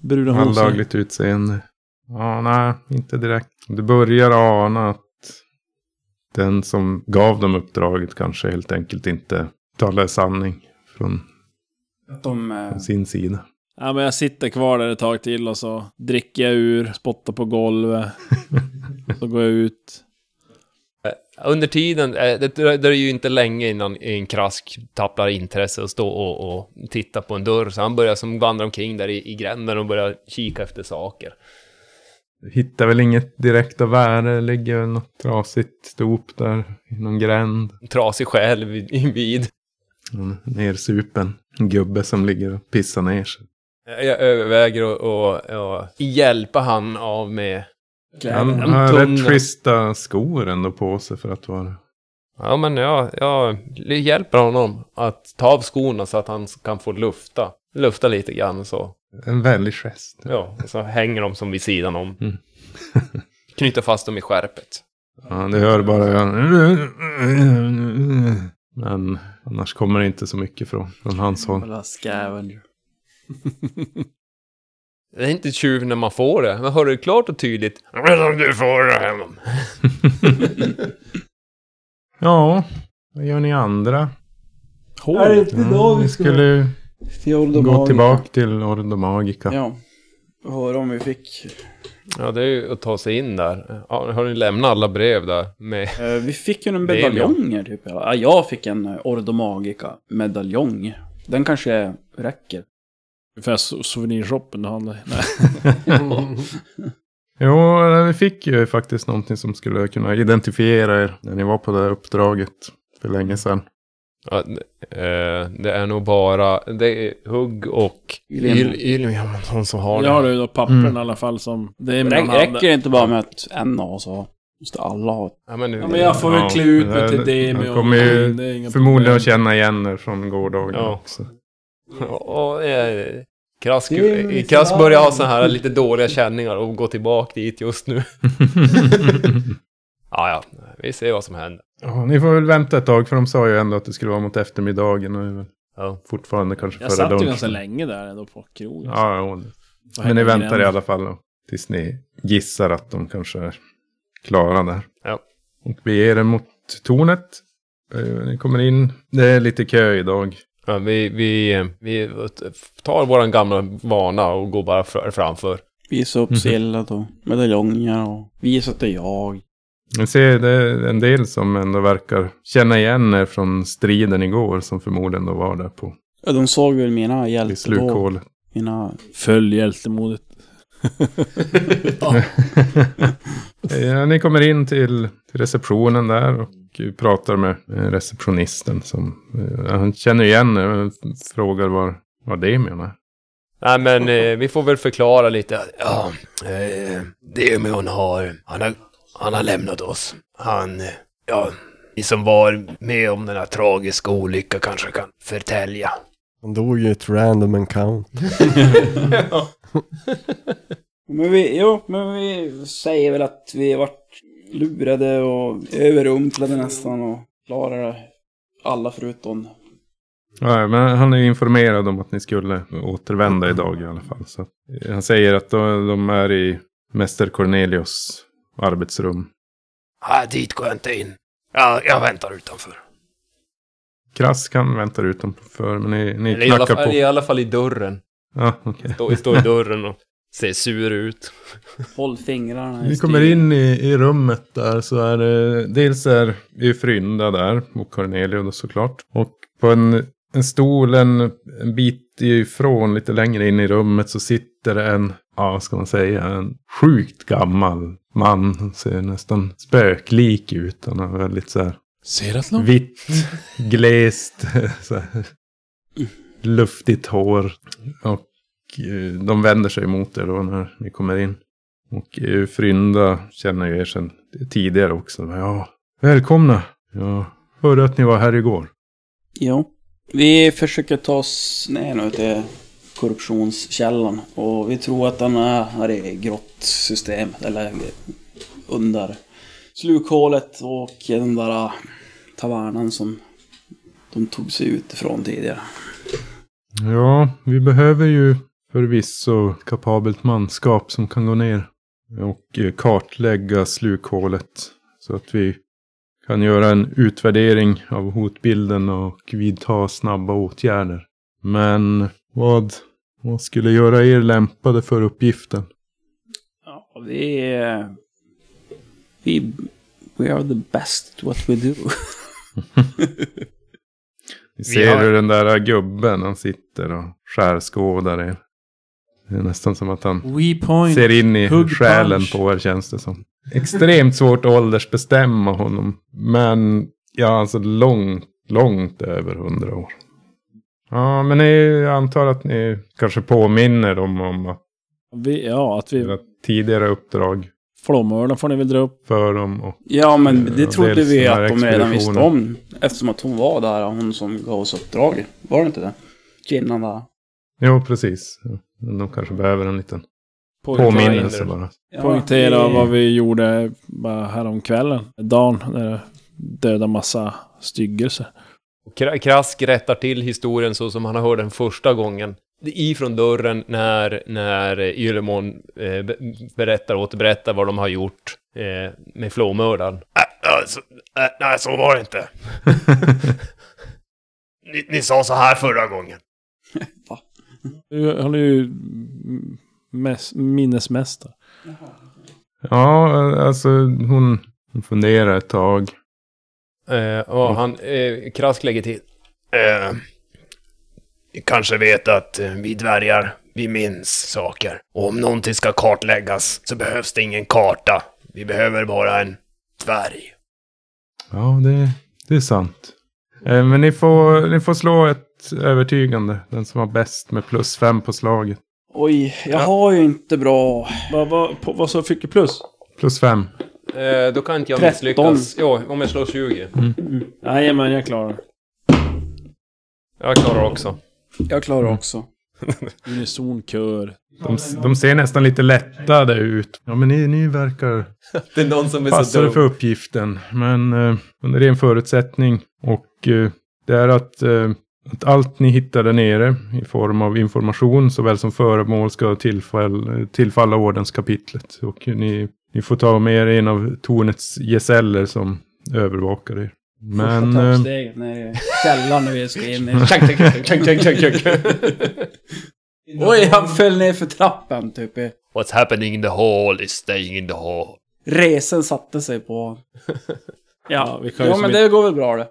Speaker 4: bruna hosor?
Speaker 3: Alldagligt utseende. Ja, nej, inte direkt. Du börjar ana att den som gav dem uppdraget kanske helt enkelt inte talar sanning från
Speaker 8: De, eh,
Speaker 3: sin sida.
Speaker 4: Ja, men jag sitter kvar där ett tag till och så dricker jag ur, spottar på golvet. så går jag ut.
Speaker 6: Under tiden, eh, det drö- dröjer ju inte länge innan en krask tappar intresse och står och, och tittar på en dörr. Så han börjar som vandra omkring där i, i gränden och börjar kika efter saker.
Speaker 3: Du hittar väl inget direkt av värde. Det ligger väl något trasigt stop där i någon gränd.
Speaker 6: Trasig själ vid. vid.
Speaker 3: En nersupen gubbe som ligger och pissar ner sig.
Speaker 6: Jag överväger att att- att hjälpa han av med...
Speaker 3: Han
Speaker 6: En
Speaker 3: har
Speaker 6: tunn-
Speaker 3: rätt schyssta skor ändå på sig för att vara...
Speaker 6: Ja, men jag, jag hjälper honom att ta av skorna så att han kan få lufta. Lufta lite grann så.
Speaker 3: En vänlig gest.
Speaker 6: Ja, och så hänger de som vid sidan om.
Speaker 3: Mm.
Speaker 6: Knyter fast dem i skärpet.
Speaker 3: Ja, det hör bara... Men annars kommer det inte så mycket från, från hans håll.
Speaker 8: Jävla scavenger.
Speaker 6: Det är inte tjuv när man får det. Man hör det klart och tydligt. Du får honom.
Speaker 3: Ja, vad gör ni andra?
Speaker 8: Är det inte
Speaker 3: Ja, ni skulle ju gå tillbaka till Ordo Magica.
Speaker 8: Ja. Hör om vi fick.
Speaker 6: Ja, det är ju att ta sig in där. Ja, har ni lämnat alla brev där? Med...
Speaker 8: Eh, vi fick ju en
Speaker 6: Det är
Speaker 8: medaljonger typ. Ja, jag fick en eh, Ordo Magica medaljong. Den kanske räcker.
Speaker 4: Ungefär so- souvenirshoppen du handlar i. Nej.
Speaker 3: Jo, vi fick ju faktiskt någonting som skulle kunna identifiera er när ni var på det här uppdraget för länge sedan.
Speaker 6: Ja, eh, det är nog bara... Det är Hugg och...
Speaker 8: Ylem.
Speaker 6: Yl- Ylem, ja, någon som har det.
Speaker 4: Jag har ju då pappren
Speaker 3: Mm.
Speaker 4: i alla fall som... Det är
Speaker 8: Men
Speaker 4: mina
Speaker 8: Rä räcker
Speaker 4: händer.
Speaker 8: det inte bara med att en av oss har? Måste alla ha?
Speaker 6: Ja, men nu...
Speaker 4: Ja, men jag får väl
Speaker 3: Ja,
Speaker 4: klä ut mig
Speaker 3: det-
Speaker 4: till det. med
Speaker 3: jag kommer ju
Speaker 4: och- det är inga
Speaker 3: Förmodligen
Speaker 4: problem.
Speaker 3: att känna igen er från gårdagen
Speaker 6: Ja.
Speaker 3: också.
Speaker 6: Och, eh, Krask,
Speaker 8: Det är ju
Speaker 6: eh, Krask börjar ha
Speaker 8: sådär.
Speaker 6: så här lite dåliga känningar och gå tillbaka dit just nu. ja, ja, vi ser vad som händer.
Speaker 3: Ja, ni får väl vänta ett tag för de sa ju ändå att det skulle vara mot eftermiddagen. Och det är väl
Speaker 6: Ja.
Speaker 3: Fortfarande kanske
Speaker 4: Jag
Speaker 3: före
Speaker 4: satt ju
Speaker 3: lunch.
Speaker 4: ganska länge där ändå på krogen.
Speaker 3: Ja, jo.
Speaker 4: Och
Speaker 3: men ni
Speaker 4: hängde
Speaker 3: väntar i
Speaker 4: gränd.
Speaker 3: alla fall då, tills ni gissar att de kanske är klara där.
Speaker 6: Ja.
Speaker 3: Och beger er mot tornet. Eh, Ni kommer in. Det är lite kö idag.
Speaker 6: Ja, vi, vi, eh, vi tar våran gamla vana och går bara fr- framför.
Speaker 8: Visa
Speaker 3: Mm.
Speaker 8: upp sillet och medaljonger och visa att det är jag.
Speaker 3: Ni ser, det är en del som ändå verkar känna igen er från striden igår som förmodligen då var där på
Speaker 8: Ja, de såg väl mina
Speaker 3: i
Speaker 8: hjältedåd.
Speaker 3: slukhålet.
Speaker 8: Mina...
Speaker 4: Följ hjältemodet.
Speaker 3: Ja, ni kommer in till, till receptionen där och pratar med eh, receptionisten som eh, han känner igen er och frågar var, var Demian är.
Speaker 6: Nej men eh, vi får väl förklara lite.
Speaker 9: Ja, eh, Demion har han, har... han har lämnat oss. Han... eh, Ja, ni som var med om den här tragiska olyckan kanske kan förtälja.
Speaker 5: Han dog ju i ett random encounter.
Speaker 8: Men vi, jo, men vi säger väl att vi har varit lurade och överrumplade nästan och klarar alla förutom
Speaker 3: Nej, men han är ju informerad om att ni skulle återvända idag i alla fall. Så att, eh, han säger att de, de är i Mäster Cornelius arbetsrum.
Speaker 9: Ah, dit går jag inte in. Ja, jag väntar utanför.
Speaker 3: Krask han väntar utanför, men ni, ni
Speaker 6: Eller i alla,
Speaker 3: knackar
Speaker 6: fall, i
Speaker 3: på.
Speaker 6: alla fall i dörren.
Speaker 3: Ja, okej.
Speaker 6: Står, står i dörren och ser sur ut.
Speaker 8: håll fingrarna i
Speaker 3: Ni
Speaker 8: styr.
Speaker 3: kommer in i, i rummet där så är det dels är ju Frynda där och Cornelio då såklart. Och på en, en stol en, en bit ifrån lite längre in i rummet så sitter det en, ja vad ska man säga, en sjukt gammal man. Han ser nästan spöklik ut. Han har väldigt så här
Speaker 4: Seratlon?
Speaker 3: vitt, glest, så här, luftigt hår. Och eh, de vänder sig mot er då när ni kommer in. Och eh, Frynda känner ju er sedan tidigare också. Men ja, välkomna. Jag hörde att ni var här igår.
Speaker 8: Jo. Vi försöker ta oss ner nu till korruptionskällan och vi tror att den är här i grottsystem eller under slukhålet och den där tavernan som de tog sig ut ifrån tidigare.
Speaker 3: Ja, vi behöver ju förvisso kapabelt manskap som kan gå ner och eh, kartlägga slukhålet så att vi kan göra en utvärdering av hotbilden och vidta snabba åtgärder. Men vad, vad skulle göra er lämpade för uppgiften?
Speaker 8: Ja, vi... eh, Vi... We are the best at what we do.
Speaker 3: Ni
Speaker 9: Vi
Speaker 3: ser
Speaker 9: har-
Speaker 3: hur den där gubben, han sitter och skärskådar er. Det är nästan som att han
Speaker 4: We point.
Speaker 3: ser in i
Speaker 4: Hugg
Speaker 3: själen
Speaker 4: punch.
Speaker 3: på er känns det som. Extremt svårt att åldersbestämma honom. Men ja, alltså långt, långt över hundra år. Ja, men ni, jag antar att ni kanske påminner dem om att
Speaker 4: Vi, ja, att vi...
Speaker 3: era tidigare uppdrag
Speaker 4: Flåmörden får ni väl dra upp.
Speaker 3: för dem. Och,
Speaker 8: Ja, men det
Speaker 3: Ja,
Speaker 8: trodde
Speaker 3: dels
Speaker 8: vi
Speaker 3: den här
Speaker 8: att de redan visste
Speaker 3: expeditionen.
Speaker 8: om. Eftersom att hon var där, hon som gav oss uppdraget. Var det inte det? Kvinnan där.
Speaker 3: jo, precis. Men De kanske behöver en liten
Speaker 6: Påminnelse.
Speaker 3: påminnelse bara.
Speaker 8: Ja,
Speaker 4: Poängtera
Speaker 8: det-
Speaker 4: vad vi gjorde bara häromkvällen. Dagen när det dödade massa styggelser.
Speaker 6: Kra- Krask rättar till historien så som han har hört den första gången. Det är Ifrån dörren när, när Ylemon eh, be- berättar, återberättar vad de har gjort eh, med flåmördaren.
Speaker 9: Äh, äh, så, äh, nej, så var det inte. ni, ni sa så här förra gången.
Speaker 4: Du håller ju mm, mäss- minnesmästare.
Speaker 3: Ja, alltså hon, hon funderar ett tag.
Speaker 6: Eh, och han, eh, Krask lägger till.
Speaker 9: Eh, ni kanske vet att eh, vi dvärgar, vi minns saker. Och om någonting ska kartläggas så behövs det ingen karta. Vi behöver bara en dvärg.
Speaker 3: Ja, det, det är sant. Eh, Men ni får, ni får slå ett övertygande. Den som har bäst med plus fem på slaget.
Speaker 8: Oj, jag har ju inte bra...
Speaker 4: Vad vad- på- vad så fick du plus?
Speaker 3: Plus fem.
Speaker 6: Eh, då kan inte jag
Speaker 8: Tretton.
Speaker 6: misslyckas. Jo, om jag slår 20.
Speaker 4: Jajamän, jag klarar det.
Speaker 6: Jag klarar också.
Speaker 8: Jag
Speaker 4: Mm.
Speaker 8: klarar också.
Speaker 4: Unison kör.
Speaker 3: De, de ser nästan lite lättade ut. Ja, men ni, ni verkar
Speaker 6: Det är någon som
Speaker 3: passade för uppgiften. Men eh, under en förutsättning. Och eh, det är att, eh, att allt ni hittar där nere i form av information såväl som föremål ska tillfall, tillfalla ordenskapitlet. Och ni, ni får ta med er en av tornets gesäller som övervakar er. Men...
Speaker 8: Första
Speaker 3: eh,
Speaker 8: trappsteget ner i källaren när vi ska in i... Oj, han föll ner för trappan typ.
Speaker 9: What's happening in the hall is staying in the hall.
Speaker 8: Resen satte sig på...
Speaker 4: Ja, vi kan ju
Speaker 8: Ja,
Speaker 4: som
Speaker 8: men
Speaker 4: inte-
Speaker 8: det går väl bra det.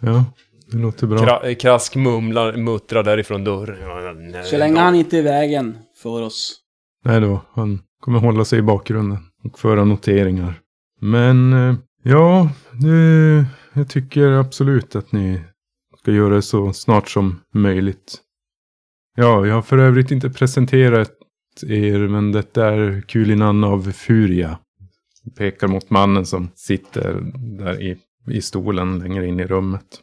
Speaker 3: Ja, det låter bra.
Speaker 6: Kra- eh, krask mumlar, muttrar därifrån dörren.
Speaker 8: Så länge han inte är i vägen för oss.
Speaker 3: Nej då, han kommer hålla sig i bakgrunden och föra noteringar. Men eh, ja, det, jag tycker absolut att ni ska göra det så snart som möjligt. Ja, jag har för övrigt inte presenterat er, men detta är kulinan av Furia. Pekar mot mannen som sitter där i, i stolen längre in i rummet.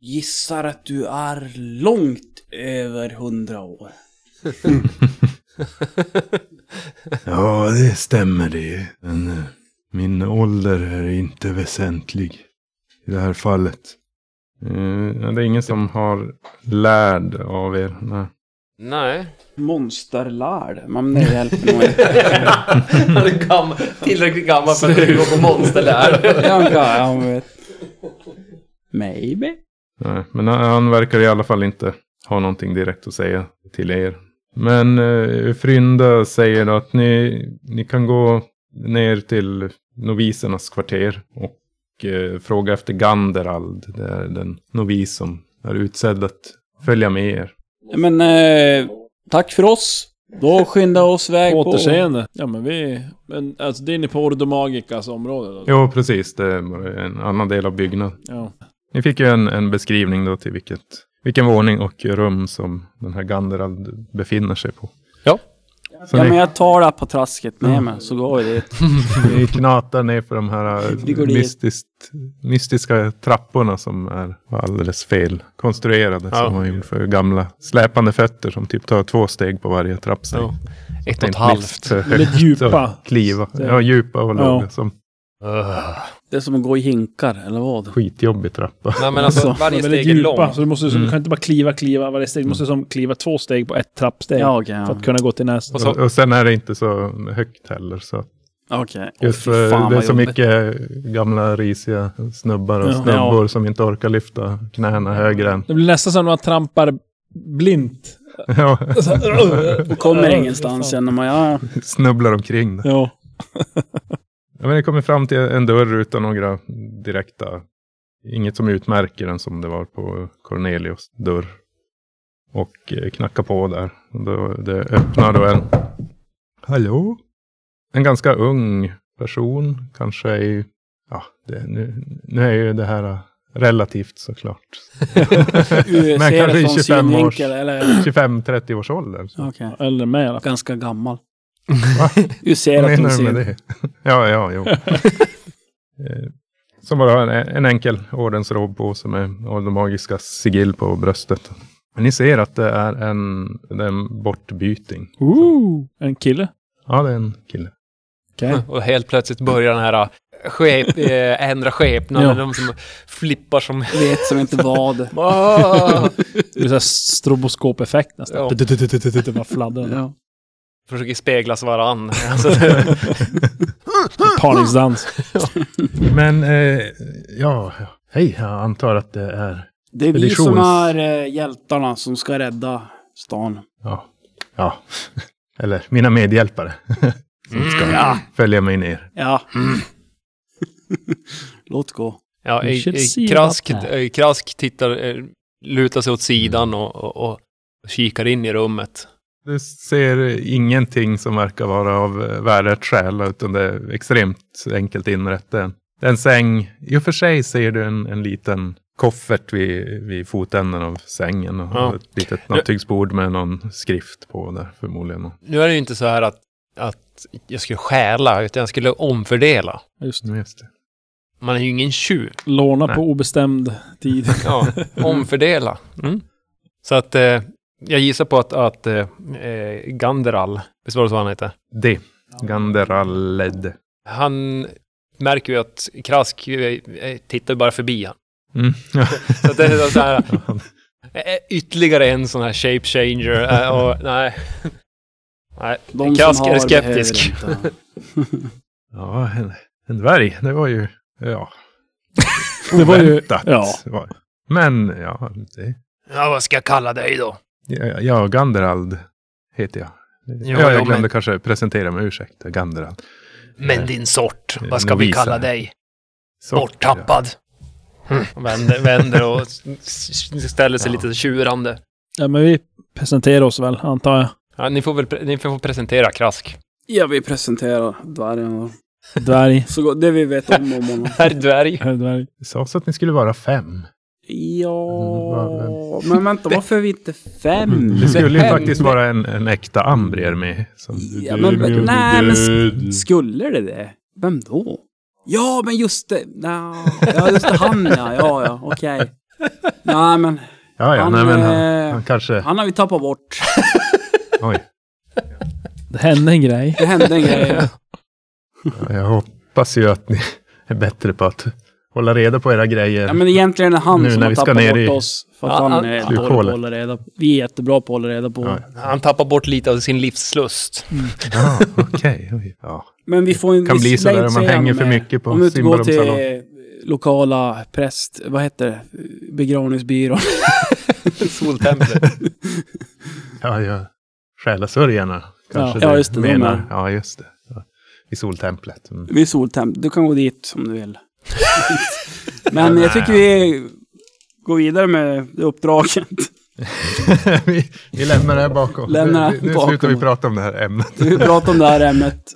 Speaker 8: Gissar att du är långt över hundra år.
Speaker 10: Ja, det stämmer det. Men eh, min ålder är inte väsentlig i det här fallet.
Speaker 3: Eh, ja, det är ingen som har lärd av er. Nej.
Speaker 6: Nej.
Speaker 8: Monsterlärd. Men det hjälper nog inte.
Speaker 6: Han är gammal, tillräckligt gammal för att gå på monsterlär.
Speaker 8: Jag kan, jag vet. Maybe.
Speaker 3: Nej, men han, han verkar i alla fall inte ha någonting direkt att säga till er. Men eh, Frynda säger då att ni, ni kan gå ner till novisernas kvarter och eh, fråga efter Ganderald. Det är den novis som är utsedd att följa med er.
Speaker 8: Men eh, tack för oss. Då skyndar oss väg på...
Speaker 4: Återseende. Ja, men vi... Men alltså, det är inne på Ordo Magicas område då?
Speaker 3: Jo, precis. Det är bara en annan del av byggnaden.
Speaker 4: Ja.
Speaker 3: Ni fick ju en, en beskrivning då till vilket, vilken våning och rum som den här Ganderald befinner sig på.
Speaker 6: Ja.
Speaker 3: Så
Speaker 8: Ja,
Speaker 3: ni,
Speaker 8: men jag tar det här patrasket med mig, så går vi dit.
Speaker 3: ni knatar ner för de här
Speaker 8: Vi går dit.
Speaker 3: mystiskt, mystiska trapporna som är alldeles fel konstruerade.
Speaker 6: Ja.
Speaker 3: Som var gjord för gamla släpande fötter som typ tar två steg på varje trappsteg.
Speaker 6: Ja. Ett och
Speaker 3: Det är
Speaker 6: ett
Speaker 3: inte
Speaker 6: halvt.
Speaker 3: lyft för högt
Speaker 4: Lite djupa.
Speaker 3: att Kliva. Ja, djupa och låga. Som
Speaker 6: Ugh.
Speaker 8: Det är som att gå i hinkar, eller vad?
Speaker 3: skitjobbig trappa.
Speaker 6: Nej men alltså, varje
Speaker 4: De är väldigt
Speaker 6: steg är
Speaker 4: djupa,
Speaker 6: långt. Mm.
Speaker 4: så du, måste, så du kan inte bara kliva, kliva varje steg. Du måste som kliva två steg på ett trappsteg.
Speaker 8: Ja, okej.
Speaker 4: För att kunna gå till nästa.
Speaker 6: Och så-
Speaker 3: Och, och sen är det inte så högt heller. Så
Speaker 8: ja. Okej.
Speaker 3: Just
Speaker 8: Åh, fy
Speaker 3: för
Speaker 8: fan,
Speaker 3: det är
Speaker 8: vad
Speaker 3: så
Speaker 8: jobbigt.
Speaker 3: mycket gamla risiga snubbar och
Speaker 4: Ja.
Speaker 3: snubbor som inte orkar lyfta knäna högre än.
Speaker 4: Det blir nästan som när man trampar blint.
Speaker 3: Ja,
Speaker 4: Så här-
Speaker 8: Och kommer ingenstans känner man. Ja,
Speaker 3: snubblar omkring. där.
Speaker 4: Ja.
Speaker 3: Ja, men ni kommer fram till en dörr utan några direkta... Inget som utmärker den som det var på Cornelius dörr. Och eh, knackar på där. Och då- Det öppnar då en... Hallå? En ganska ung person. Kanske i... Ja, det, nu, nu är ju det här eh, relativt såklart.
Speaker 8: du
Speaker 3: Men
Speaker 8: ser
Speaker 3: kanske
Speaker 8: det
Speaker 3: i
Speaker 8: E från
Speaker 3: 25 års-
Speaker 8: synvinkel, eller?
Speaker 3: 25-30 års ålder. Så.
Speaker 8: Okej.
Speaker 4: Eller med i alla fall.
Speaker 8: Ganska gammal.
Speaker 3: Va?
Speaker 8: Du ser att hon
Speaker 3: Menar du
Speaker 8: ser
Speaker 3: med det? Ja, ja, jo. Eh, som bara har en, en enkel ordensrobb på sig med de magiska sigill på bröstet. Men ni ser att det är en, det är en bortbyting.
Speaker 4: Ooh, en kille.
Speaker 3: Ja, det är en kille.
Speaker 4: Okej.
Speaker 6: Och helt plötsligt börjar den här äh, skep, äh, ändra skepnaden.
Speaker 4: Ja.
Speaker 6: De som flippar som...
Speaker 8: Vet som inte vad.
Speaker 6: Ah!
Speaker 4: Det är såhär stroboskopeffekt nästan.
Speaker 6: Ja.
Speaker 4: Det bara fladdrar.
Speaker 8: Ja.
Speaker 6: Försöker speglas varann. Alltså, det-
Speaker 4: Parningsdans.
Speaker 3: Men, eh, ja, hej, jag antar att det är...
Speaker 8: Det är vi
Speaker 3: Editions-
Speaker 8: som är eh, hjältarna som ska rädda stan.
Speaker 3: Ja, ja. Eller mina medhjälpare. Som ska
Speaker 6: Mm,
Speaker 3: följa mig ner.
Speaker 8: Ja. Låt gå.
Speaker 6: ja,
Speaker 4: You
Speaker 6: eh,
Speaker 4: should
Speaker 6: eh,
Speaker 4: see
Speaker 6: krask,
Speaker 4: about that.
Speaker 6: eh, krask tittar, eh, lutar sig åt sidan och, och, och kikar in i rummet.
Speaker 3: Du ser ingenting som verkar vara av eh, värde att stjäla, utan det är extremt enkelt inrett. Det är en- det är en säng. I och för sig ser du en, en liten koffert vid, vid fotänden av sängen. Och
Speaker 6: Ja.
Speaker 3: ett litet nattduksbord med någon skrift på där förmodligen. Och-
Speaker 6: Nu är det ju inte så här att, att jag skulle stjäla, utan jag skulle omfördela.
Speaker 4: Just det.
Speaker 3: Ja, Just det.
Speaker 6: Man är ju ingen tjuv.
Speaker 4: Låna
Speaker 3: Nej.
Speaker 4: på obestämd tid.
Speaker 6: Ja, omfördela. Mm. Så att eh, jag gissar på att, att eh, eh, Ganderal, visst var det så han hette?
Speaker 3: Det. Ganderalled.
Speaker 6: Han märker ju att Krask eh, eh, tittar ju bara förbi han.
Speaker 3: Mm.
Speaker 6: Så att det är så här, eh, ytterligare en sån här shape changer. eh, Och, nej. nej.
Speaker 8: De
Speaker 6: Krask
Speaker 8: som
Speaker 6: är
Speaker 8: har
Speaker 6: skeptisk.
Speaker 8: behöver inte.
Speaker 3: ja, en, en dvärg. Det var ju... Ja.
Speaker 4: Det var ju...
Speaker 3: Oväntat.
Speaker 4: Ja.
Speaker 3: Var- Men, ja. Det,
Speaker 9: Ja, vad ska jag kalla dig då?
Speaker 3: Ja, ja, Ganderald heter jag.
Speaker 9: Jo,
Speaker 3: ja,
Speaker 9: jo,
Speaker 3: jag glömde
Speaker 9: men-
Speaker 3: kanske presentera mig, ursäkta. Ganderald.
Speaker 9: Men din sort, vad ska vi
Speaker 3: Novisa.
Speaker 9: kalla dig?
Speaker 3: Så-
Speaker 9: Borttappad.
Speaker 6: Mm. Vänder, vänder och s- s- ställer sig
Speaker 3: Ja.
Speaker 6: lite tjurande.
Speaker 4: Ja, men vi presenterar oss väl, antar jag.
Speaker 6: Ja, ni får väl pre- ni får presentera Krask.
Speaker 8: Ja, vi presenterar dvärgen då.
Speaker 4: Dvärg.
Speaker 8: Så gå- det vi vet om om honom.
Speaker 6: Herr dvärg.
Speaker 4: Herr dvärg.
Speaker 3: Ja. Det sades att ni skulle vara fem.
Speaker 8: Ja, Åh, men vänta, varför är vi inte fem?
Speaker 3: Mm, Det skulle ju
Speaker 8: Mm. Fem?
Speaker 3: faktiskt vara en, en äkta ambrier med. Som
Speaker 8: Ja, men, men, nej, men sk- skulle det det? Vem då? Ja, men just det. nja, ja, just det. Han ja. Ja, ja, okej. Nej, men
Speaker 3: ja, ja,
Speaker 8: han,
Speaker 3: nej, men
Speaker 8: eh,
Speaker 3: han, han kanske...
Speaker 8: han har vi tappat bort.
Speaker 3: Oj.
Speaker 4: Det hände en grej.
Speaker 8: Det hände en grej.
Speaker 3: Ja, Jag hoppas ju att ni är bättre på att hålla reda på era grejer.
Speaker 8: Ja, men egentligen är det han
Speaker 3: Nu
Speaker 8: som
Speaker 3: när
Speaker 8: har
Speaker 3: vi ska
Speaker 8: tappat
Speaker 3: ner
Speaker 8: bort
Speaker 3: i-
Speaker 8: oss. För att
Speaker 6: Ja,
Speaker 8: han
Speaker 6: ja,
Speaker 4: Dålig
Speaker 8: är
Speaker 4: på att
Speaker 3: Slukhålet.
Speaker 4: hålla reda på. Vi är jättebra på att hålla reda på.
Speaker 3: Ja.
Speaker 6: Han tappar bort lite av sin livslust.
Speaker 3: Ja, okej. oj. Ja.
Speaker 8: Men vi får en
Speaker 3: Kan bli
Speaker 8: viss
Speaker 3: sådär om man
Speaker 8: längd, säger
Speaker 3: hänger
Speaker 8: han,
Speaker 3: för
Speaker 8: med.
Speaker 3: mycket på
Speaker 8: Om vi inte går
Speaker 3: Simbalomsalong.
Speaker 8: till lokala präst... Vad heter det? Begravningsbyrån.
Speaker 6: Soltemplet.
Speaker 3: Ja, ja. Själasörjarna kanske
Speaker 8: Ja,
Speaker 3: du
Speaker 8: just det, de
Speaker 3: menar.
Speaker 8: där.
Speaker 3: Ja, just det. Ja. I soltemplet. Mm.
Speaker 8: Vid Soltemp. Du kan gå dit om du vill. Men jag tycker vi går vidare med det uppdraget.
Speaker 3: vi, vi lämnar det här bakom.
Speaker 8: Lämnar det här
Speaker 3: nu nu
Speaker 8: bakom.
Speaker 3: slutar vi prata om det här ämnet.
Speaker 8: Vi pratade om det här ämnet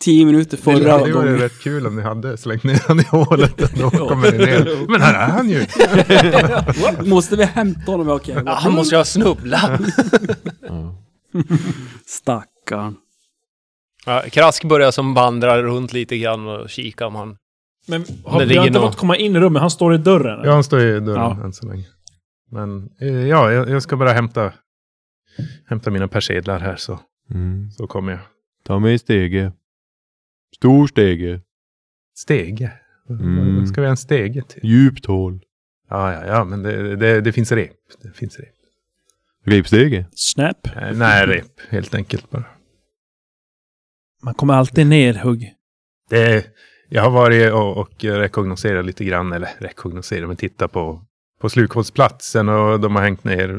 Speaker 8: tio minuter
Speaker 3: Det,
Speaker 8: förra
Speaker 3: det vore
Speaker 8: gången.
Speaker 3: rätt kul om ni hade slängt ner honom i hålet. och Då kommer ni ner. Men här är han ju.
Speaker 8: Måste vi hämta honom? Okej.
Speaker 6: Ja, han måste ju ha snubblat.
Speaker 8: Stackarn.
Speaker 6: Ja, Krask börjar som vandra runt lite grann och kika om han...
Speaker 4: Men
Speaker 6: Det
Speaker 4: har vi
Speaker 6: ligger
Speaker 4: har inte
Speaker 6: nog-
Speaker 4: fått komma in i rummet? Han står i dörren?
Speaker 3: Ja, han står i dörren
Speaker 4: Ja.
Speaker 3: än så länge. Men eh, ja, jag, jag ska bara hämta, hämta mina persedlar här så,
Speaker 7: Mm.
Speaker 3: så kommer jag.
Speaker 7: Ta mig i stege. Stor stege.
Speaker 3: Stege?
Speaker 7: Mm.
Speaker 3: Ska vi ha en stege till?
Speaker 7: Djupt hål.
Speaker 3: Ja, ja, ja, men det, det, det finns rep. Det finns rep.
Speaker 7: Gripstege.
Speaker 4: Snap.
Speaker 3: Eh, Nej, rep helt enkelt bara.
Speaker 4: Man kommer alltid ner, hugg.
Speaker 3: Det, jag har varit och, och rekognoserat lite grann, eller rekognoserat, men titta på, på slukhållsplatsen och de har hängt ner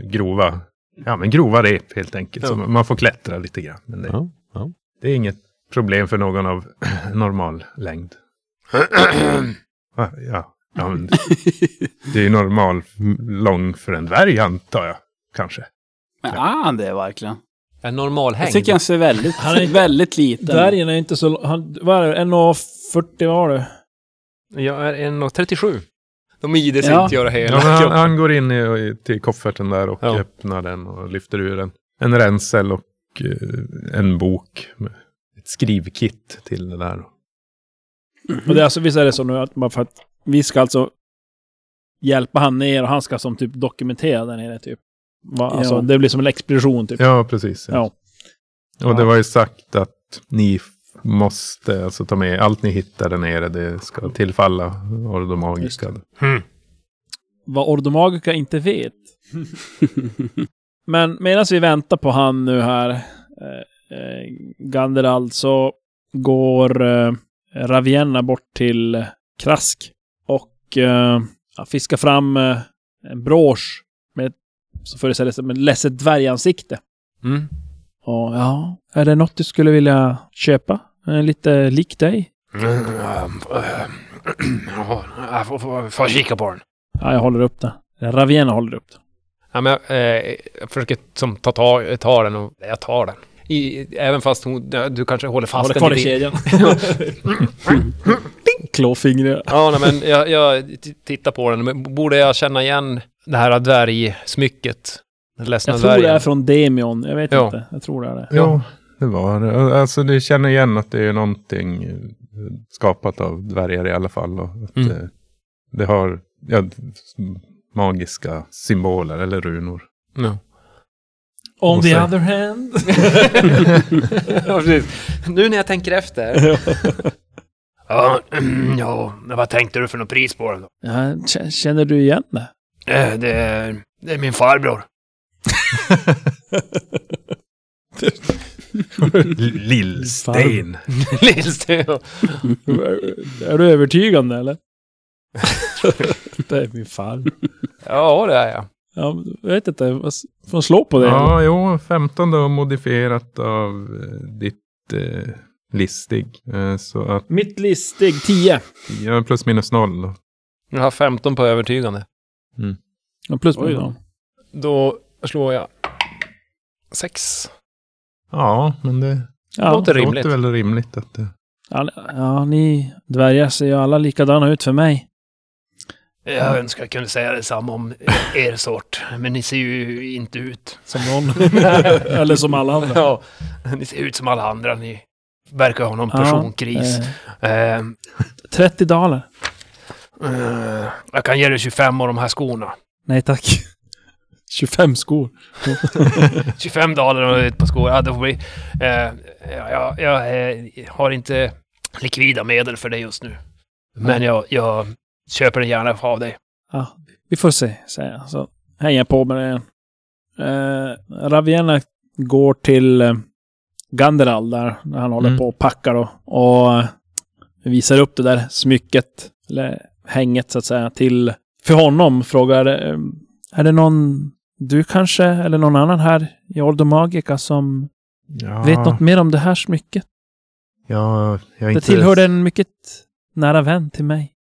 Speaker 3: eh, grova, ja men grova rep helt enkelt. Så man får klättra lite grann. Men det,
Speaker 7: Ja, ja.
Speaker 3: det är inget problem för någon av normal längd. Va? ja, ja men, det är ju normal lång för en dvärg antar jag, kanske.
Speaker 8: Men är han det verkligen?
Speaker 6: En normal
Speaker 8: Jag
Speaker 6: hängd.
Speaker 8: tycker han ser väldigt,
Speaker 4: Han är-
Speaker 8: väldigt liten.
Speaker 4: Dvärgen är inte så... Han, vad är det? 1,40 var det?
Speaker 6: Jag är 1,37. De ides
Speaker 8: Ja.
Speaker 6: inte göra
Speaker 3: Ja,
Speaker 6: hela
Speaker 3: men han,
Speaker 6: kroppen.
Speaker 3: han går in i, i- till kofferten där och
Speaker 6: Ja.
Speaker 3: öppnar den och lyfter ur den. En ränsel och eh, en bok. Med ett skrivkit till det där.
Speaker 4: Och det är alltså, visst är det så nu att bara för att vi ska alltså hjälpa han ner och han ska som typ dokumentera där nere typ. Va? Alltså,
Speaker 8: Ja.
Speaker 4: Det blir som en expedition typ.
Speaker 3: Ja, precis.
Speaker 4: Ja.
Speaker 3: Och det var ju sagt att ni f- måste alltså ta med allt ni hittar där nere. Det ska tillfalla Ordomagiska.
Speaker 9: Mm.
Speaker 4: Vad Ordomagica inte vet. Men medan vi väntar på han nu här, eh, eh, Ganderald, så går eh, Ravienna bort till Krask och eh, ja, fiskar fram eh, en brosch med, så föreställer sig, med ledset dvärgansikte.
Speaker 6: Mm.
Speaker 4: Och ja, är det något du skulle vilja köpa? Eh, Lite lik dig?
Speaker 9: Mm, ähm, äh, ja, jag får- får- Får kika på den.
Speaker 4: Ja, jag håller upp det. Ravienna håller upp det.
Speaker 6: Ja, men jag, eh, jag försöker som ta, tag ta den och jag tar den. I, även fast hon, du kanske håller
Speaker 4: Han
Speaker 6: fast
Speaker 4: håller
Speaker 6: den
Speaker 4: kvar i
Speaker 6: lite.
Speaker 4: kedjan. Klåfingriga.
Speaker 6: Ja, nej, men jag, jag t- tittar på den. Men borde jag känna igen det här dvärgsmycket? Den ledsna
Speaker 4: Jag tror det är
Speaker 6: dvärgen?
Speaker 4: från Demion. Jag vet
Speaker 6: Ja.
Speaker 4: inte. Jag tror det är det.
Speaker 3: Jo, det var det. Alltså du känner igen att det är någonting eh, skapat av dvärgar i alla fall. Och att
Speaker 6: Mm.
Speaker 3: eh, det har ja, magiska symboler eller runor.
Speaker 6: Ja.
Speaker 4: On
Speaker 3: Och
Speaker 4: the
Speaker 3: så-
Speaker 4: other hand.
Speaker 6: Ja, precis. Nu när jag tänker efter.
Speaker 9: Ja, ja, men vad tänkte du för något pris på den då?
Speaker 4: Ja, k- känner du igen det?
Speaker 9: Eh, Det är, det är min farbror.
Speaker 3: Lillsten.
Speaker 6: Nils, det-
Speaker 4: är du övertygande eller? det är min far.
Speaker 6: ja, det är jag.
Speaker 4: Ja, men jag vet inte. Vad s- Får jag slå på det? eller?
Speaker 3: Ja, jo, 15 då modifierat av eh, ditt eh, listig. Eh, så att
Speaker 4: Mitt liststeg 10.
Speaker 3: ja, plus minus noll. Då.
Speaker 6: Jag har 15 på övertygande.
Speaker 4: Ja, plus
Speaker 8: Oj
Speaker 4: minus
Speaker 8: då.
Speaker 4: noll.
Speaker 6: Då slår jag sex.
Speaker 3: Ja, men det
Speaker 4: Ja.
Speaker 6: Låter rimligt.
Speaker 3: låter väl rimligt att det...
Speaker 4: Ja, ja, ni dvärgar ser ju alla likadana ut för mig.
Speaker 9: Jag önskar jag kunde säga detsamma om er sort, men ni ser ju inte ut.
Speaker 4: Som någon. Eller som alla andra.
Speaker 9: Ja, ni ser ut som alla andra. Ni verkar ha någon
Speaker 4: Ja,
Speaker 9: personkris. Eh,
Speaker 4: 30 daler.
Speaker 9: eh, jag kan ge dig 25 av de här skorna.
Speaker 4: Nej tack. 25 skor.
Speaker 9: 25 daler och ett par skor. Ja, det får bli. Eh, jag, jag, jag eh, har inte likvida medel för det just nu. Men jag, jag köper den gärna av dig.
Speaker 4: Ja, vi får se, säger jag. Så hänger jag på med det igen. Eh, Ravienna går till eh, Ganderal där, när han håller
Speaker 7: Mm.
Speaker 4: på och packar då. Och eh, visar upp det där smycket, eller hänget så att säga, till... För honom frågar eh, är det någon du kanske, eller någon annan här i Ordo Magica som
Speaker 3: Ja,
Speaker 4: vet något mer om det här smycket?
Speaker 3: Ja, jag
Speaker 4: Det
Speaker 3: är inte...
Speaker 4: tillhörde en mycket nära vän till mig.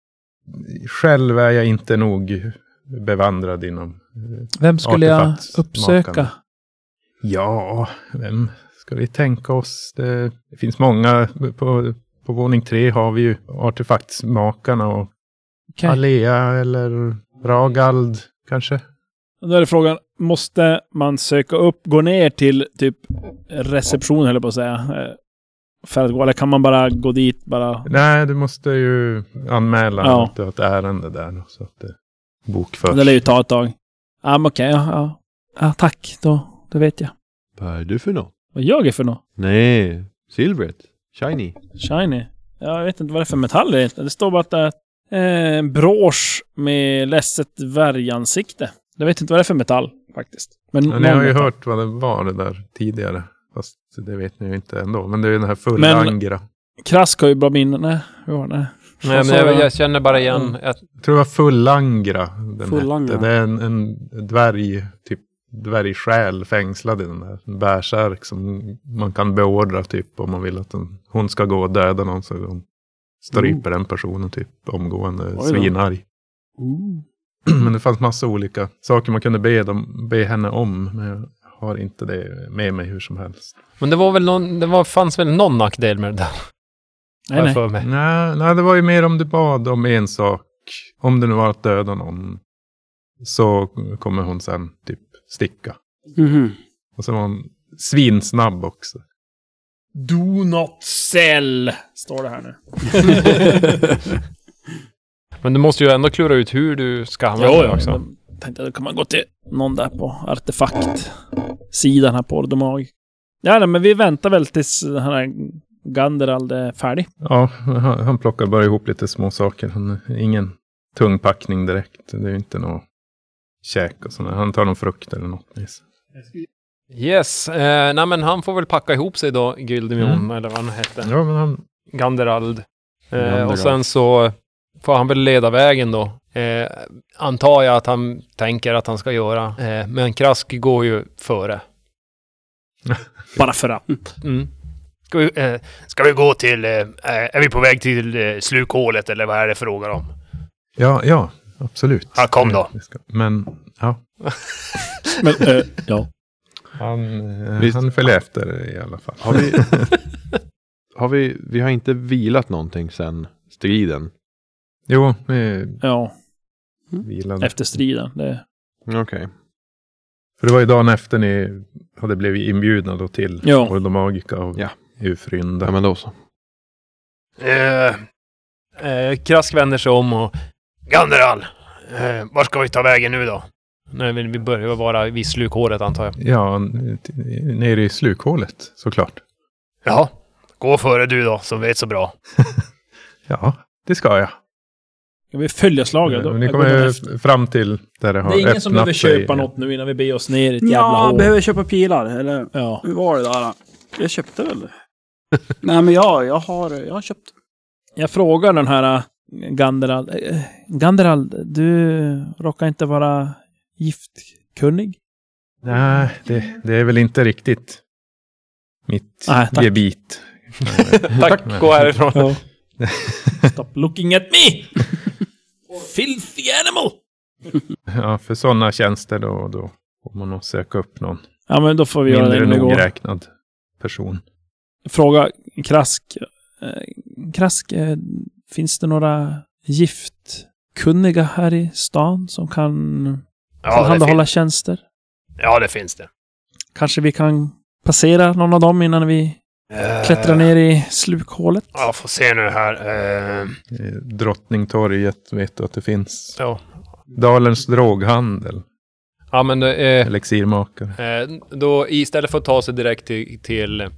Speaker 3: Själv är jag inte nog bevandrad inom...
Speaker 4: Vem skulle jag
Speaker 3: Artefaktsmakarna.
Speaker 4: uppsöka?
Speaker 3: Ja, vem ska vi tänka oss? Det, det finns många. På, på våning tre har vi ju artefaktsmakarna och
Speaker 4: Okej.
Speaker 3: Alea eller Ragald kanske.
Speaker 4: Och Då är det frågan, måste man söka upp, gå ner till typ receptionen höll jag på att säga. eh, För att gå, eller kan man bara gå dit bara?
Speaker 3: Nej, du måste ju anmäla
Speaker 4: Ja.
Speaker 3: att du har ett ärende där. då, Så att det bokförs.
Speaker 4: Det lär ju ta ett tag. Ja, men okej, ja, ja. ja. Tack, då, då vet jag.
Speaker 7: Vad är du för något?
Speaker 4: Vad jag är för något?
Speaker 7: Nej, silvret. Shiny.
Speaker 4: Shiny. Ja, Jag vet inte vad det är för metaller egentligen. Det står bara att det är eh, en brosch med ledset dvärgansikte. Jag vet inte vad det är för metall faktiskt. Men
Speaker 3: Ja, ni har
Speaker 4: någon
Speaker 3: ju
Speaker 4: metall.
Speaker 3: hört vad det var det där tidigare. Fast det vet ni ju inte ändå. Men det är ju den här fulla
Speaker 4: Men-
Speaker 3: Angra.
Speaker 4: Krask har ju bra minne. Nej, hur var det? Nej.
Speaker 6: Nej, men jag, jag känner bara igen. Jag,
Speaker 3: Jag tror det var Fullangra. Den
Speaker 8: Fullangra.
Speaker 3: Hette. Det är en, en dvärg, typ dvärgsjäl fängslad i den där. En bärsärk som man kan beordra typ om man vill att den, hon ska gå och döda någon. Så hon stryper den personen typ omgående.
Speaker 8: Oj då.
Speaker 3: Svinarg. Men det fanns massa olika saker man kunde be, dem, be henne om. Men jag har inte det med mig hur som helst.
Speaker 6: men det var väl någon, det var, fanns väl någon nackdel med det där?
Speaker 4: Nej, nej.
Speaker 6: För mig.
Speaker 3: Nej, nej, det var ju mer om du bad om en sak. Om det nu var att döda någon. Så kommer hon sen typ sticka.
Speaker 8: Mhm.
Speaker 3: Och så var hon svinsnabb också.
Speaker 4: Do not sell, står det här nu.
Speaker 6: Men du måste ju ändå klura ut hur du ska använda det också.
Speaker 4: men Tänkte att då kan man gå till någon där på artefaktsidan här på Ordomag. Ja, nej, men vi väntar väl tills den här Ganderald är färdig.
Speaker 3: Ja, han, han plockar bara ihop lite små saker. Han, ingen tung packning direkt. Det är ju inte något käk och sådär. Han tar någon frukt eller något. Yes.
Speaker 6: Yes. Eh, nej, men han får väl packa ihop sig då, Gyldemion,
Speaker 4: Mm.
Speaker 6: eller vad han hette.
Speaker 3: Ja, men han,
Speaker 6: Ganderald. Eh, och
Speaker 7: Ganderald.
Speaker 6: sen så får han väl leda vägen då. Eh, antar jag att han tänker att han ska göra. Eh, men Krask går ju före.
Speaker 4: Bara för att.
Speaker 6: Mm.
Speaker 9: Ska vi, eh, ska vi gå till... Eh, är vi på väg till eh, slukhålet eller vad är det frågan om?
Speaker 3: ja, ja, absolut.
Speaker 9: Ja, kom då.
Speaker 3: Vi ska- Men ja,
Speaker 4: Men, eh, ja.
Speaker 3: han, eh,
Speaker 7: Visst.
Speaker 3: han följer efter i alla fall.
Speaker 7: Har vi, har vi, vi har inte vilat någonting sen striden.
Speaker 3: Jo, vi
Speaker 4: ja,
Speaker 3: vilade.
Speaker 4: efter striden. Det,
Speaker 7: Okej.
Speaker 3: För det var ju dagen efter ni hade blivit inbjudna då till
Speaker 4: Ja.
Speaker 3: Ordo Magica av
Speaker 7: Ja.
Speaker 3: Ufrynda.
Speaker 7: Ja men då så.
Speaker 9: Eh,
Speaker 6: Eh, Krask vänder sig om och
Speaker 9: Ganderal, eh, var ska vi ta vägen nu då?
Speaker 6: nej, men vi börjar vara vid slukhålet antar jag.
Speaker 3: Ja, n- t- nere i slukhålet såklart.
Speaker 9: Ja, gå före du då, som vet så bra.
Speaker 3: Ja, det ska jag.
Speaker 4: ska vi följa slaget? Då,
Speaker 3: Men ni
Speaker 4: Jag går
Speaker 3: kommer
Speaker 4: den
Speaker 3: ju
Speaker 4: efter.
Speaker 3: fram till där det har
Speaker 4: det är ingen som behöver
Speaker 3: öppnat sig.
Speaker 4: köpa något nu innan vi beger oss ner i ett jävla
Speaker 8: Ja,
Speaker 4: hål.
Speaker 8: behöver jag köpa pilar eller?
Speaker 4: Ja.
Speaker 8: Hur var det där? Jag köpte väl? Nej men jag, jag har, jag har köpt.
Speaker 4: Jag frågar den här eh, Ganderald. eh, eh, Ganderald, du råkar inte vara giftkunnig?
Speaker 3: Nej, det, det är väl inte riktigt mitt
Speaker 4: Nej, tack.
Speaker 3: gebit.
Speaker 6: Tack, gå härifrån.
Speaker 4: Stop looking at me! Filthy animal!
Speaker 3: Ja, för sådana tjänster då, då får man nog söka upp någon
Speaker 4: Ja, men då får vi göra det
Speaker 3: mindre
Speaker 4: innan vi går.
Speaker 3: nogräknad person.
Speaker 4: Fråga Krask. Eh, Krask, eh, finns det några giftkunniga kunniga här i stan som kan
Speaker 9: Ja,
Speaker 4: tillhandahålla
Speaker 9: det fin-
Speaker 4: tjänster?
Speaker 9: Ja, det finns det.
Speaker 4: Kanske vi kan passera någon av dem innan vi
Speaker 9: Eh,
Speaker 4: klättrar ner i slukhålet?
Speaker 9: Ja, får se nu här. Eh,
Speaker 3: Eh, Drottningtorget vet du att det finns.
Speaker 9: Ja.
Speaker 3: Dalens droghandel.
Speaker 6: Ja, men eh,
Speaker 3: Elixirmakare.
Speaker 6: eh, då istället för att ta sig direkt till... till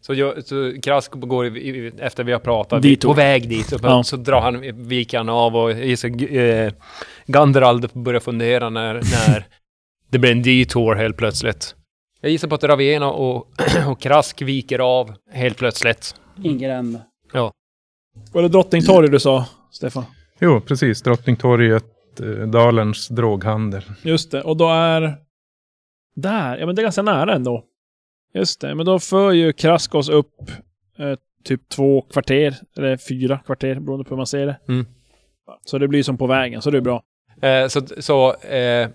Speaker 6: så, gör- så Krask går, i, i, efter vi har pratat, vi är
Speaker 4: Dito.
Speaker 6: på väg dit. Och
Speaker 4: Ja.
Speaker 6: Så drar han, viker han av och jag gissar, eh, Ganderald börjar fundera när, när det blir en detour helt plötsligt. Jag gissar på att Ravena och, och Krask viker av helt plötsligt.
Speaker 8: Ingren.
Speaker 4: Var det Drottningtorg du sa, Stefan?
Speaker 3: Jo, precis. Drottningtorget, eh, Dalens droghandel.
Speaker 4: Just det, och då är... Där, ja men det är ganska nära ändå. Just det, men då för ju Kraskos upp eh, typ två kvarter, eller fyra kvarter beroende på hur man ser det.
Speaker 6: Mm.
Speaker 4: Så det blir som på vägen, så det är bra.
Speaker 6: Eh, så så eh,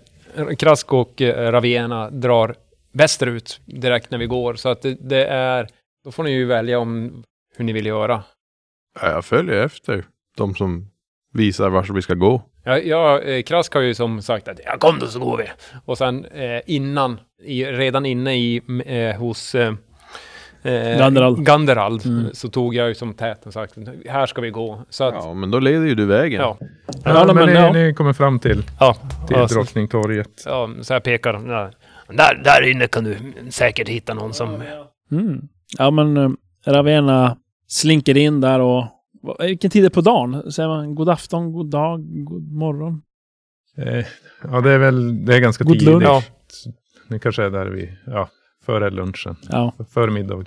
Speaker 6: Krask och eh, Ravena drar västerut direkt när vi går. Så att det, det är... Då får ni ju välja om hur ni vill göra.
Speaker 7: Ja, jag följer efter de som visar vart vi ska gå.
Speaker 6: Jag, jag, eh, Krask har ju som sagt att
Speaker 9: ja, kom då så går vi.
Speaker 6: Och sen eh, innan, i, redan inne i, m- eh, hos eh, eh,
Speaker 4: Ganderald.
Speaker 6: Ganderald,
Speaker 4: Mm.
Speaker 6: så tog jag ju som täten sagt, här ska vi gå. Så att,
Speaker 7: Ja, men då leder ju du vägen.
Speaker 6: Ja.
Speaker 4: Ja,
Speaker 3: men
Speaker 4: men
Speaker 3: ni,
Speaker 4: ja.
Speaker 3: ni kommer fram till,
Speaker 6: ja,
Speaker 3: till
Speaker 6: ja, så,
Speaker 3: Drottningtorget.
Speaker 6: ja, så jag pekar. Ja.
Speaker 9: Där, där inne kan du säkert hitta någon som...
Speaker 4: Mm. Ja men eh, Ravena slinker in där och... Va- Vilken tid är det på dagen? Säger man god afton, god dag, god morgon?
Speaker 3: Eh, ja, det är väl det är ganska
Speaker 4: God
Speaker 3: tidigt.
Speaker 4: lunch.
Speaker 3: Ja. Ni kanske är där vid, ja, före lunchen.
Speaker 4: Ja.
Speaker 3: Förmiddag.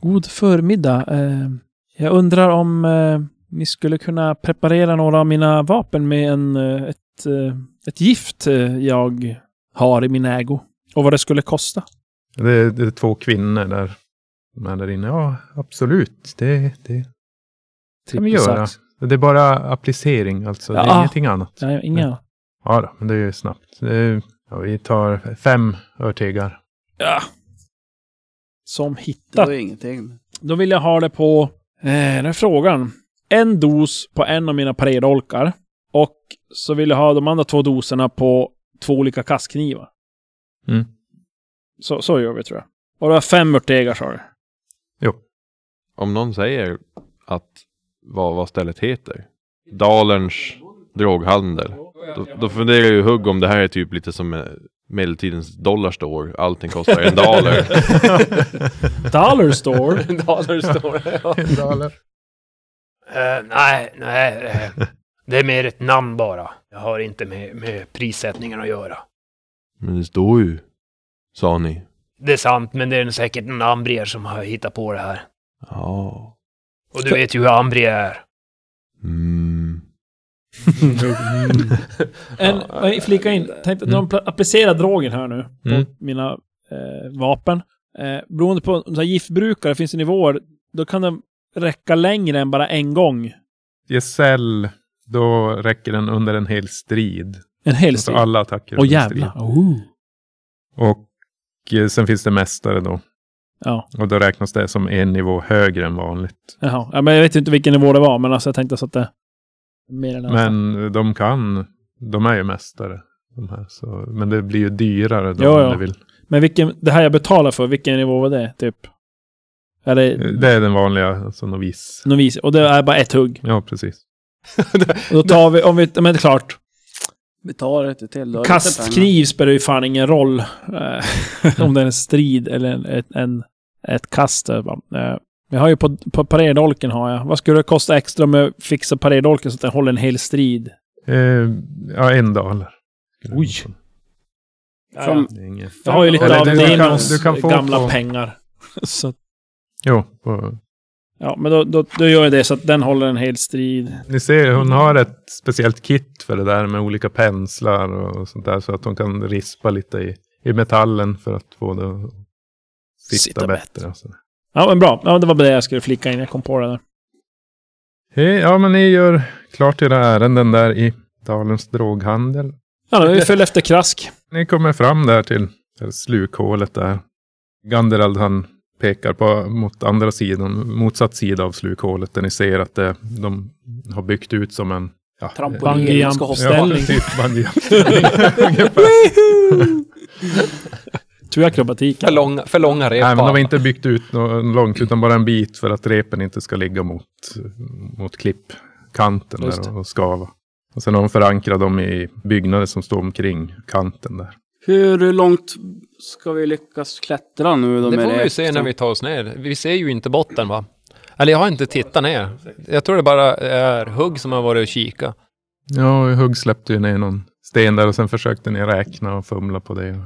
Speaker 4: God förmiddag. Eh, jag undrar om eh, ni skulle kunna preparera några av mina vapen med en, eh, ett, eh, ett gift eh, jag har i min ägo. Och vad det skulle kosta.
Speaker 3: Det är, det är två kvinnor där. De är där inne. Ja, absolut. Det, det kan vi göra.
Speaker 4: Trippelsax.
Speaker 3: Det är bara applicering alltså. Det är
Speaker 4: Ja.
Speaker 3: ingenting annat.
Speaker 4: Nej, inga.
Speaker 3: Ja, då, men det är ju snabbt. Det är, ja, vi tar fem örtegar.
Speaker 4: Ja. Som
Speaker 8: Det
Speaker 4: hittat.
Speaker 8: var ju ingenting.
Speaker 4: Då vill jag ha det på eh, den här frågan. En dos på en av mina paredolkar. Och så vill jag ha de andra två doserna på två olika kastknivar.
Speaker 3: Mm.
Speaker 4: Så, så gör vi tror jag. Och det var fem örtegar sa du?
Speaker 7: Om någon säger att vad, vad stället heter, Dalens droghandel, då, då funderar jag ju hugg om det här är typ lite som eh, medeltidens dollarstore, allting kostar en dollar.
Speaker 4: Dollar store?
Speaker 6: Daler står det. Ja.
Speaker 9: Eh, nej, nej. eh, det är mer ett namn bara. Jag har inte med, med prissättningen att göra.
Speaker 7: Men det står ju, sa ni.
Speaker 9: Det är sant, men det är nog säkert någon ambrier som har hittat på det här.
Speaker 7: Ja.
Speaker 9: Och du vet ju hur ambrier är.
Speaker 7: Mm.
Speaker 4: En, jag flika in. Tänkte, de pla- applicerar drogen här nu på
Speaker 3: Mm.
Speaker 4: mina eh, vapen. Eh, beroende på om så här, giftbrukare finns det nivåer, då kan den räcka längre än bara en gång.
Speaker 3: Gesell, då räcker den under en hel strid.
Speaker 4: En hel
Speaker 3: Alltså
Speaker 4: strid.
Speaker 3: alla attacker
Speaker 4: Åh
Speaker 3: under en
Speaker 4: jävlar.
Speaker 3: strid.
Speaker 4: Oh.
Speaker 3: Och eh, sen finns det mästare då.
Speaker 4: Ja.
Speaker 3: Och då räknas det som en nivå högre än vanligt.
Speaker 4: Jaha. Ja, men jag vet ju inte vilken nivå det var, men alltså jag tänkte så att det... Mer än en.
Speaker 3: Men de kan, de är ju mästare. De här, så, men det blir ju dyrare då
Speaker 4: Jo,
Speaker 3: om
Speaker 4: ja.
Speaker 3: du vill.
Speaker 4: Men vilken, det här jag betalar för, vilken nivå var det? Typ? Är det
Speaker 3: Det är den vanliga, alltså novis.
Speaker 4: novis? Och det är bara ett hugg.
Speaker 3: Ja, precis.
Speaker 4: Och då tar vi, om vi, men det är klart.
Speaker 8: Vi tar ett till. då.
Speaker 4: Kastkniv spelar ju fan ingen roll. eh, om det är en strid eller en, ett, en, ett kast. där, va. Eh, Jag har ju på, på paredolken har jag. Vad skulle det kosta extra om jag fixar paredolken så att den håller en hel strid?
Speaker 3: Eh, ja, en daler.
Speaker 4: Oj.
Speaker 8: Från,
Speaker 3: Det är inget.
Speaker 4: Jag har ju lite
Speaker 3: Eller
Speaker 4: av
Speaker 3: du kan-
Speaker 4: Denos
Speaker 3: du kan få
Speaker 4: gamla
Speaker 3: på-
Speaker 4: pengar. Så, att-
Speaker 3: Jo, på,
Speaker 4: ja, men då, då, då gör jag det så att den håller en hel strid.
Speaker 3: ni ser hon har ett speciellt kit för det där med olika penslar och sånt där. Så att hon kan rispa lite i, i metallen för att få det att sitta,
Speaker 4: Sitta bättre.
Speaker 3: bättre. och sådär.
Speaker 4: Ja, men bra. Ja, det var det jag skulle flika in. Jag kom på det där.
Speaker 3: Hej, Eh, Ja, men ni gör klart era ärenden där i Dalens droghandel.
Speaker 4: Ja, då, vi följde efter Krask.
Speaker 3: Ni kommer fram där till det här slukhålet där. Ganderald han pekar på mot andra sidan, motsatt sida av slukhålet där ni ser att det, de har byggt ut som en, ja, Ja,
Speaker 11: Trampolin,
Speaker 4: Bungyjump.
Speaker 11: ska hoppa.
Speaker 3: Ja,
Speaker 4: Ställning.
Speaker 3: typ bungyjump-ställning.
Speaker 4: Tur akrobatik.
Speaker 6: För långa, för långa rep.
Speaker 3: Nej, men de har
Speaker 6: bara.
Speaker 3: inte byggt ut någon långt, utan bara en bit för att repen inte ska ligga mot, mot klippkanten
Speaker 4: Just det.
Speaker 3: där och skava. Och sen har de förankrat dem i byggnader som står omkring kanten där.
Speaker 8: Hur långt ska vi lyckas klättra nu då
Speaker 6: Det
Speaker 8: med
Speaker 6: får vi ju se
Speaker 8: extra?
Speaker 6: när vi tar oss ner. Vi ser ju inte botten va? Eller jag har inte tittat ner. Jag tror det bara är Hugg som har varit och kika.
Speaker 3: Ja, och Hugg släppte ju ner någon sten där och sen försökte ni räkna och fumla på det.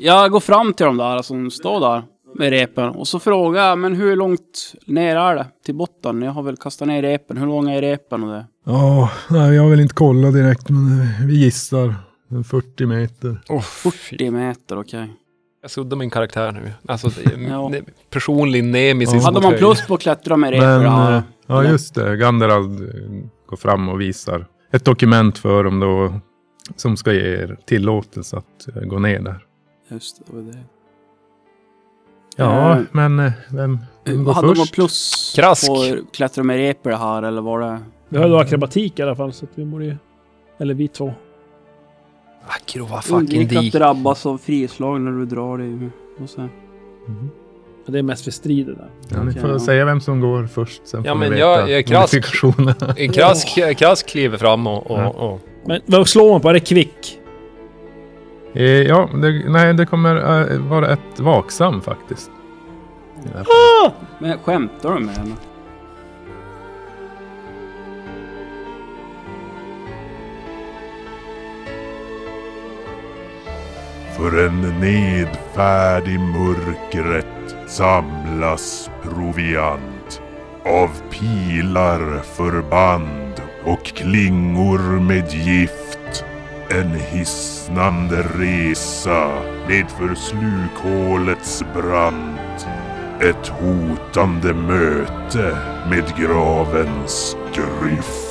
Speaker 8: Jag går fram till de där som står där med repen och så frågar jag, men hur långt ner är det till botten? Jag har väl kastat ner repen. Hur långa är repen och det?
Speaker 12: Ja, nej, jag vill inte kolla direkt men eh, vi gissar. En 40 meter.
Speaker 8: 40 meter, okej.
Speaker 6: Jag suddar min karaktär nu. Alltså, det-
Speaker 8: Ja.
Speaker 6: det- personlig nemesis mot
Speaker 8: Hade man
Speaker 6: höger.
Speaker 8: plus på att klättra med rep?
Speaker 3: Men, eh,
Speaker 8: ja.
Speaker 3: ja just det. Ganderald eh, går fram och visar ett dokument för dem då som ska ge er tillåtelse att eh, gå ner där.
Speaker 8: Just det, det, var det.
Speaker 3: Ja,
Speaker 8: Eh,
Speaker 3: men eh, vem, vem går
Speaker 8: Hade man
Speaker 3: först?
Speaker 8: plus
Speaker 6: Krask.
Speaker 8: på att klättra med rep i det här eller var det?
Speaker 4: Vi har ju då akrobatik i alla fall, så att vi borde ju... Eller vi två.
Speaker 6: Akro, vad fucking
Speaker 8: Undvik att
Speaker 6: dik.
Speaker 8: drabbas av frislag när du drar dig. Och så.
Speaker 4: Ja, Det är mest för strider där.
Speaker 3: Ja, ni
Speaker 8: Okej,
Speaker 3: får
Speaker 8: ja.
Speaker 3: säga vem som går först. Sen
Speaker 6: Ja,
Speaker 3: får
Speaker 6: men
Speaker 3: ni
Speaker 6: jag-
Speaker 3: veta
Speaker 6: jag är krask.
Speaker 3: modifikationerna.
Speaker 6: Krask, krask kliver fram och... och, och.
Speaker 4: Men vad slår man på? Är det kvick?
Speaker 3: Eh, ja, det, nej, det kommer eh, vara ett vaksam faktiskt. Ja.
Speaker 8: Men skämtar du med henne?
Speaker 1: För en nedfärd i mörkret samlas proviant av pilar, förband och klingor med gift. En hisnande resa nedför slukhålets brant. Ett hotande möte med gravens gryft.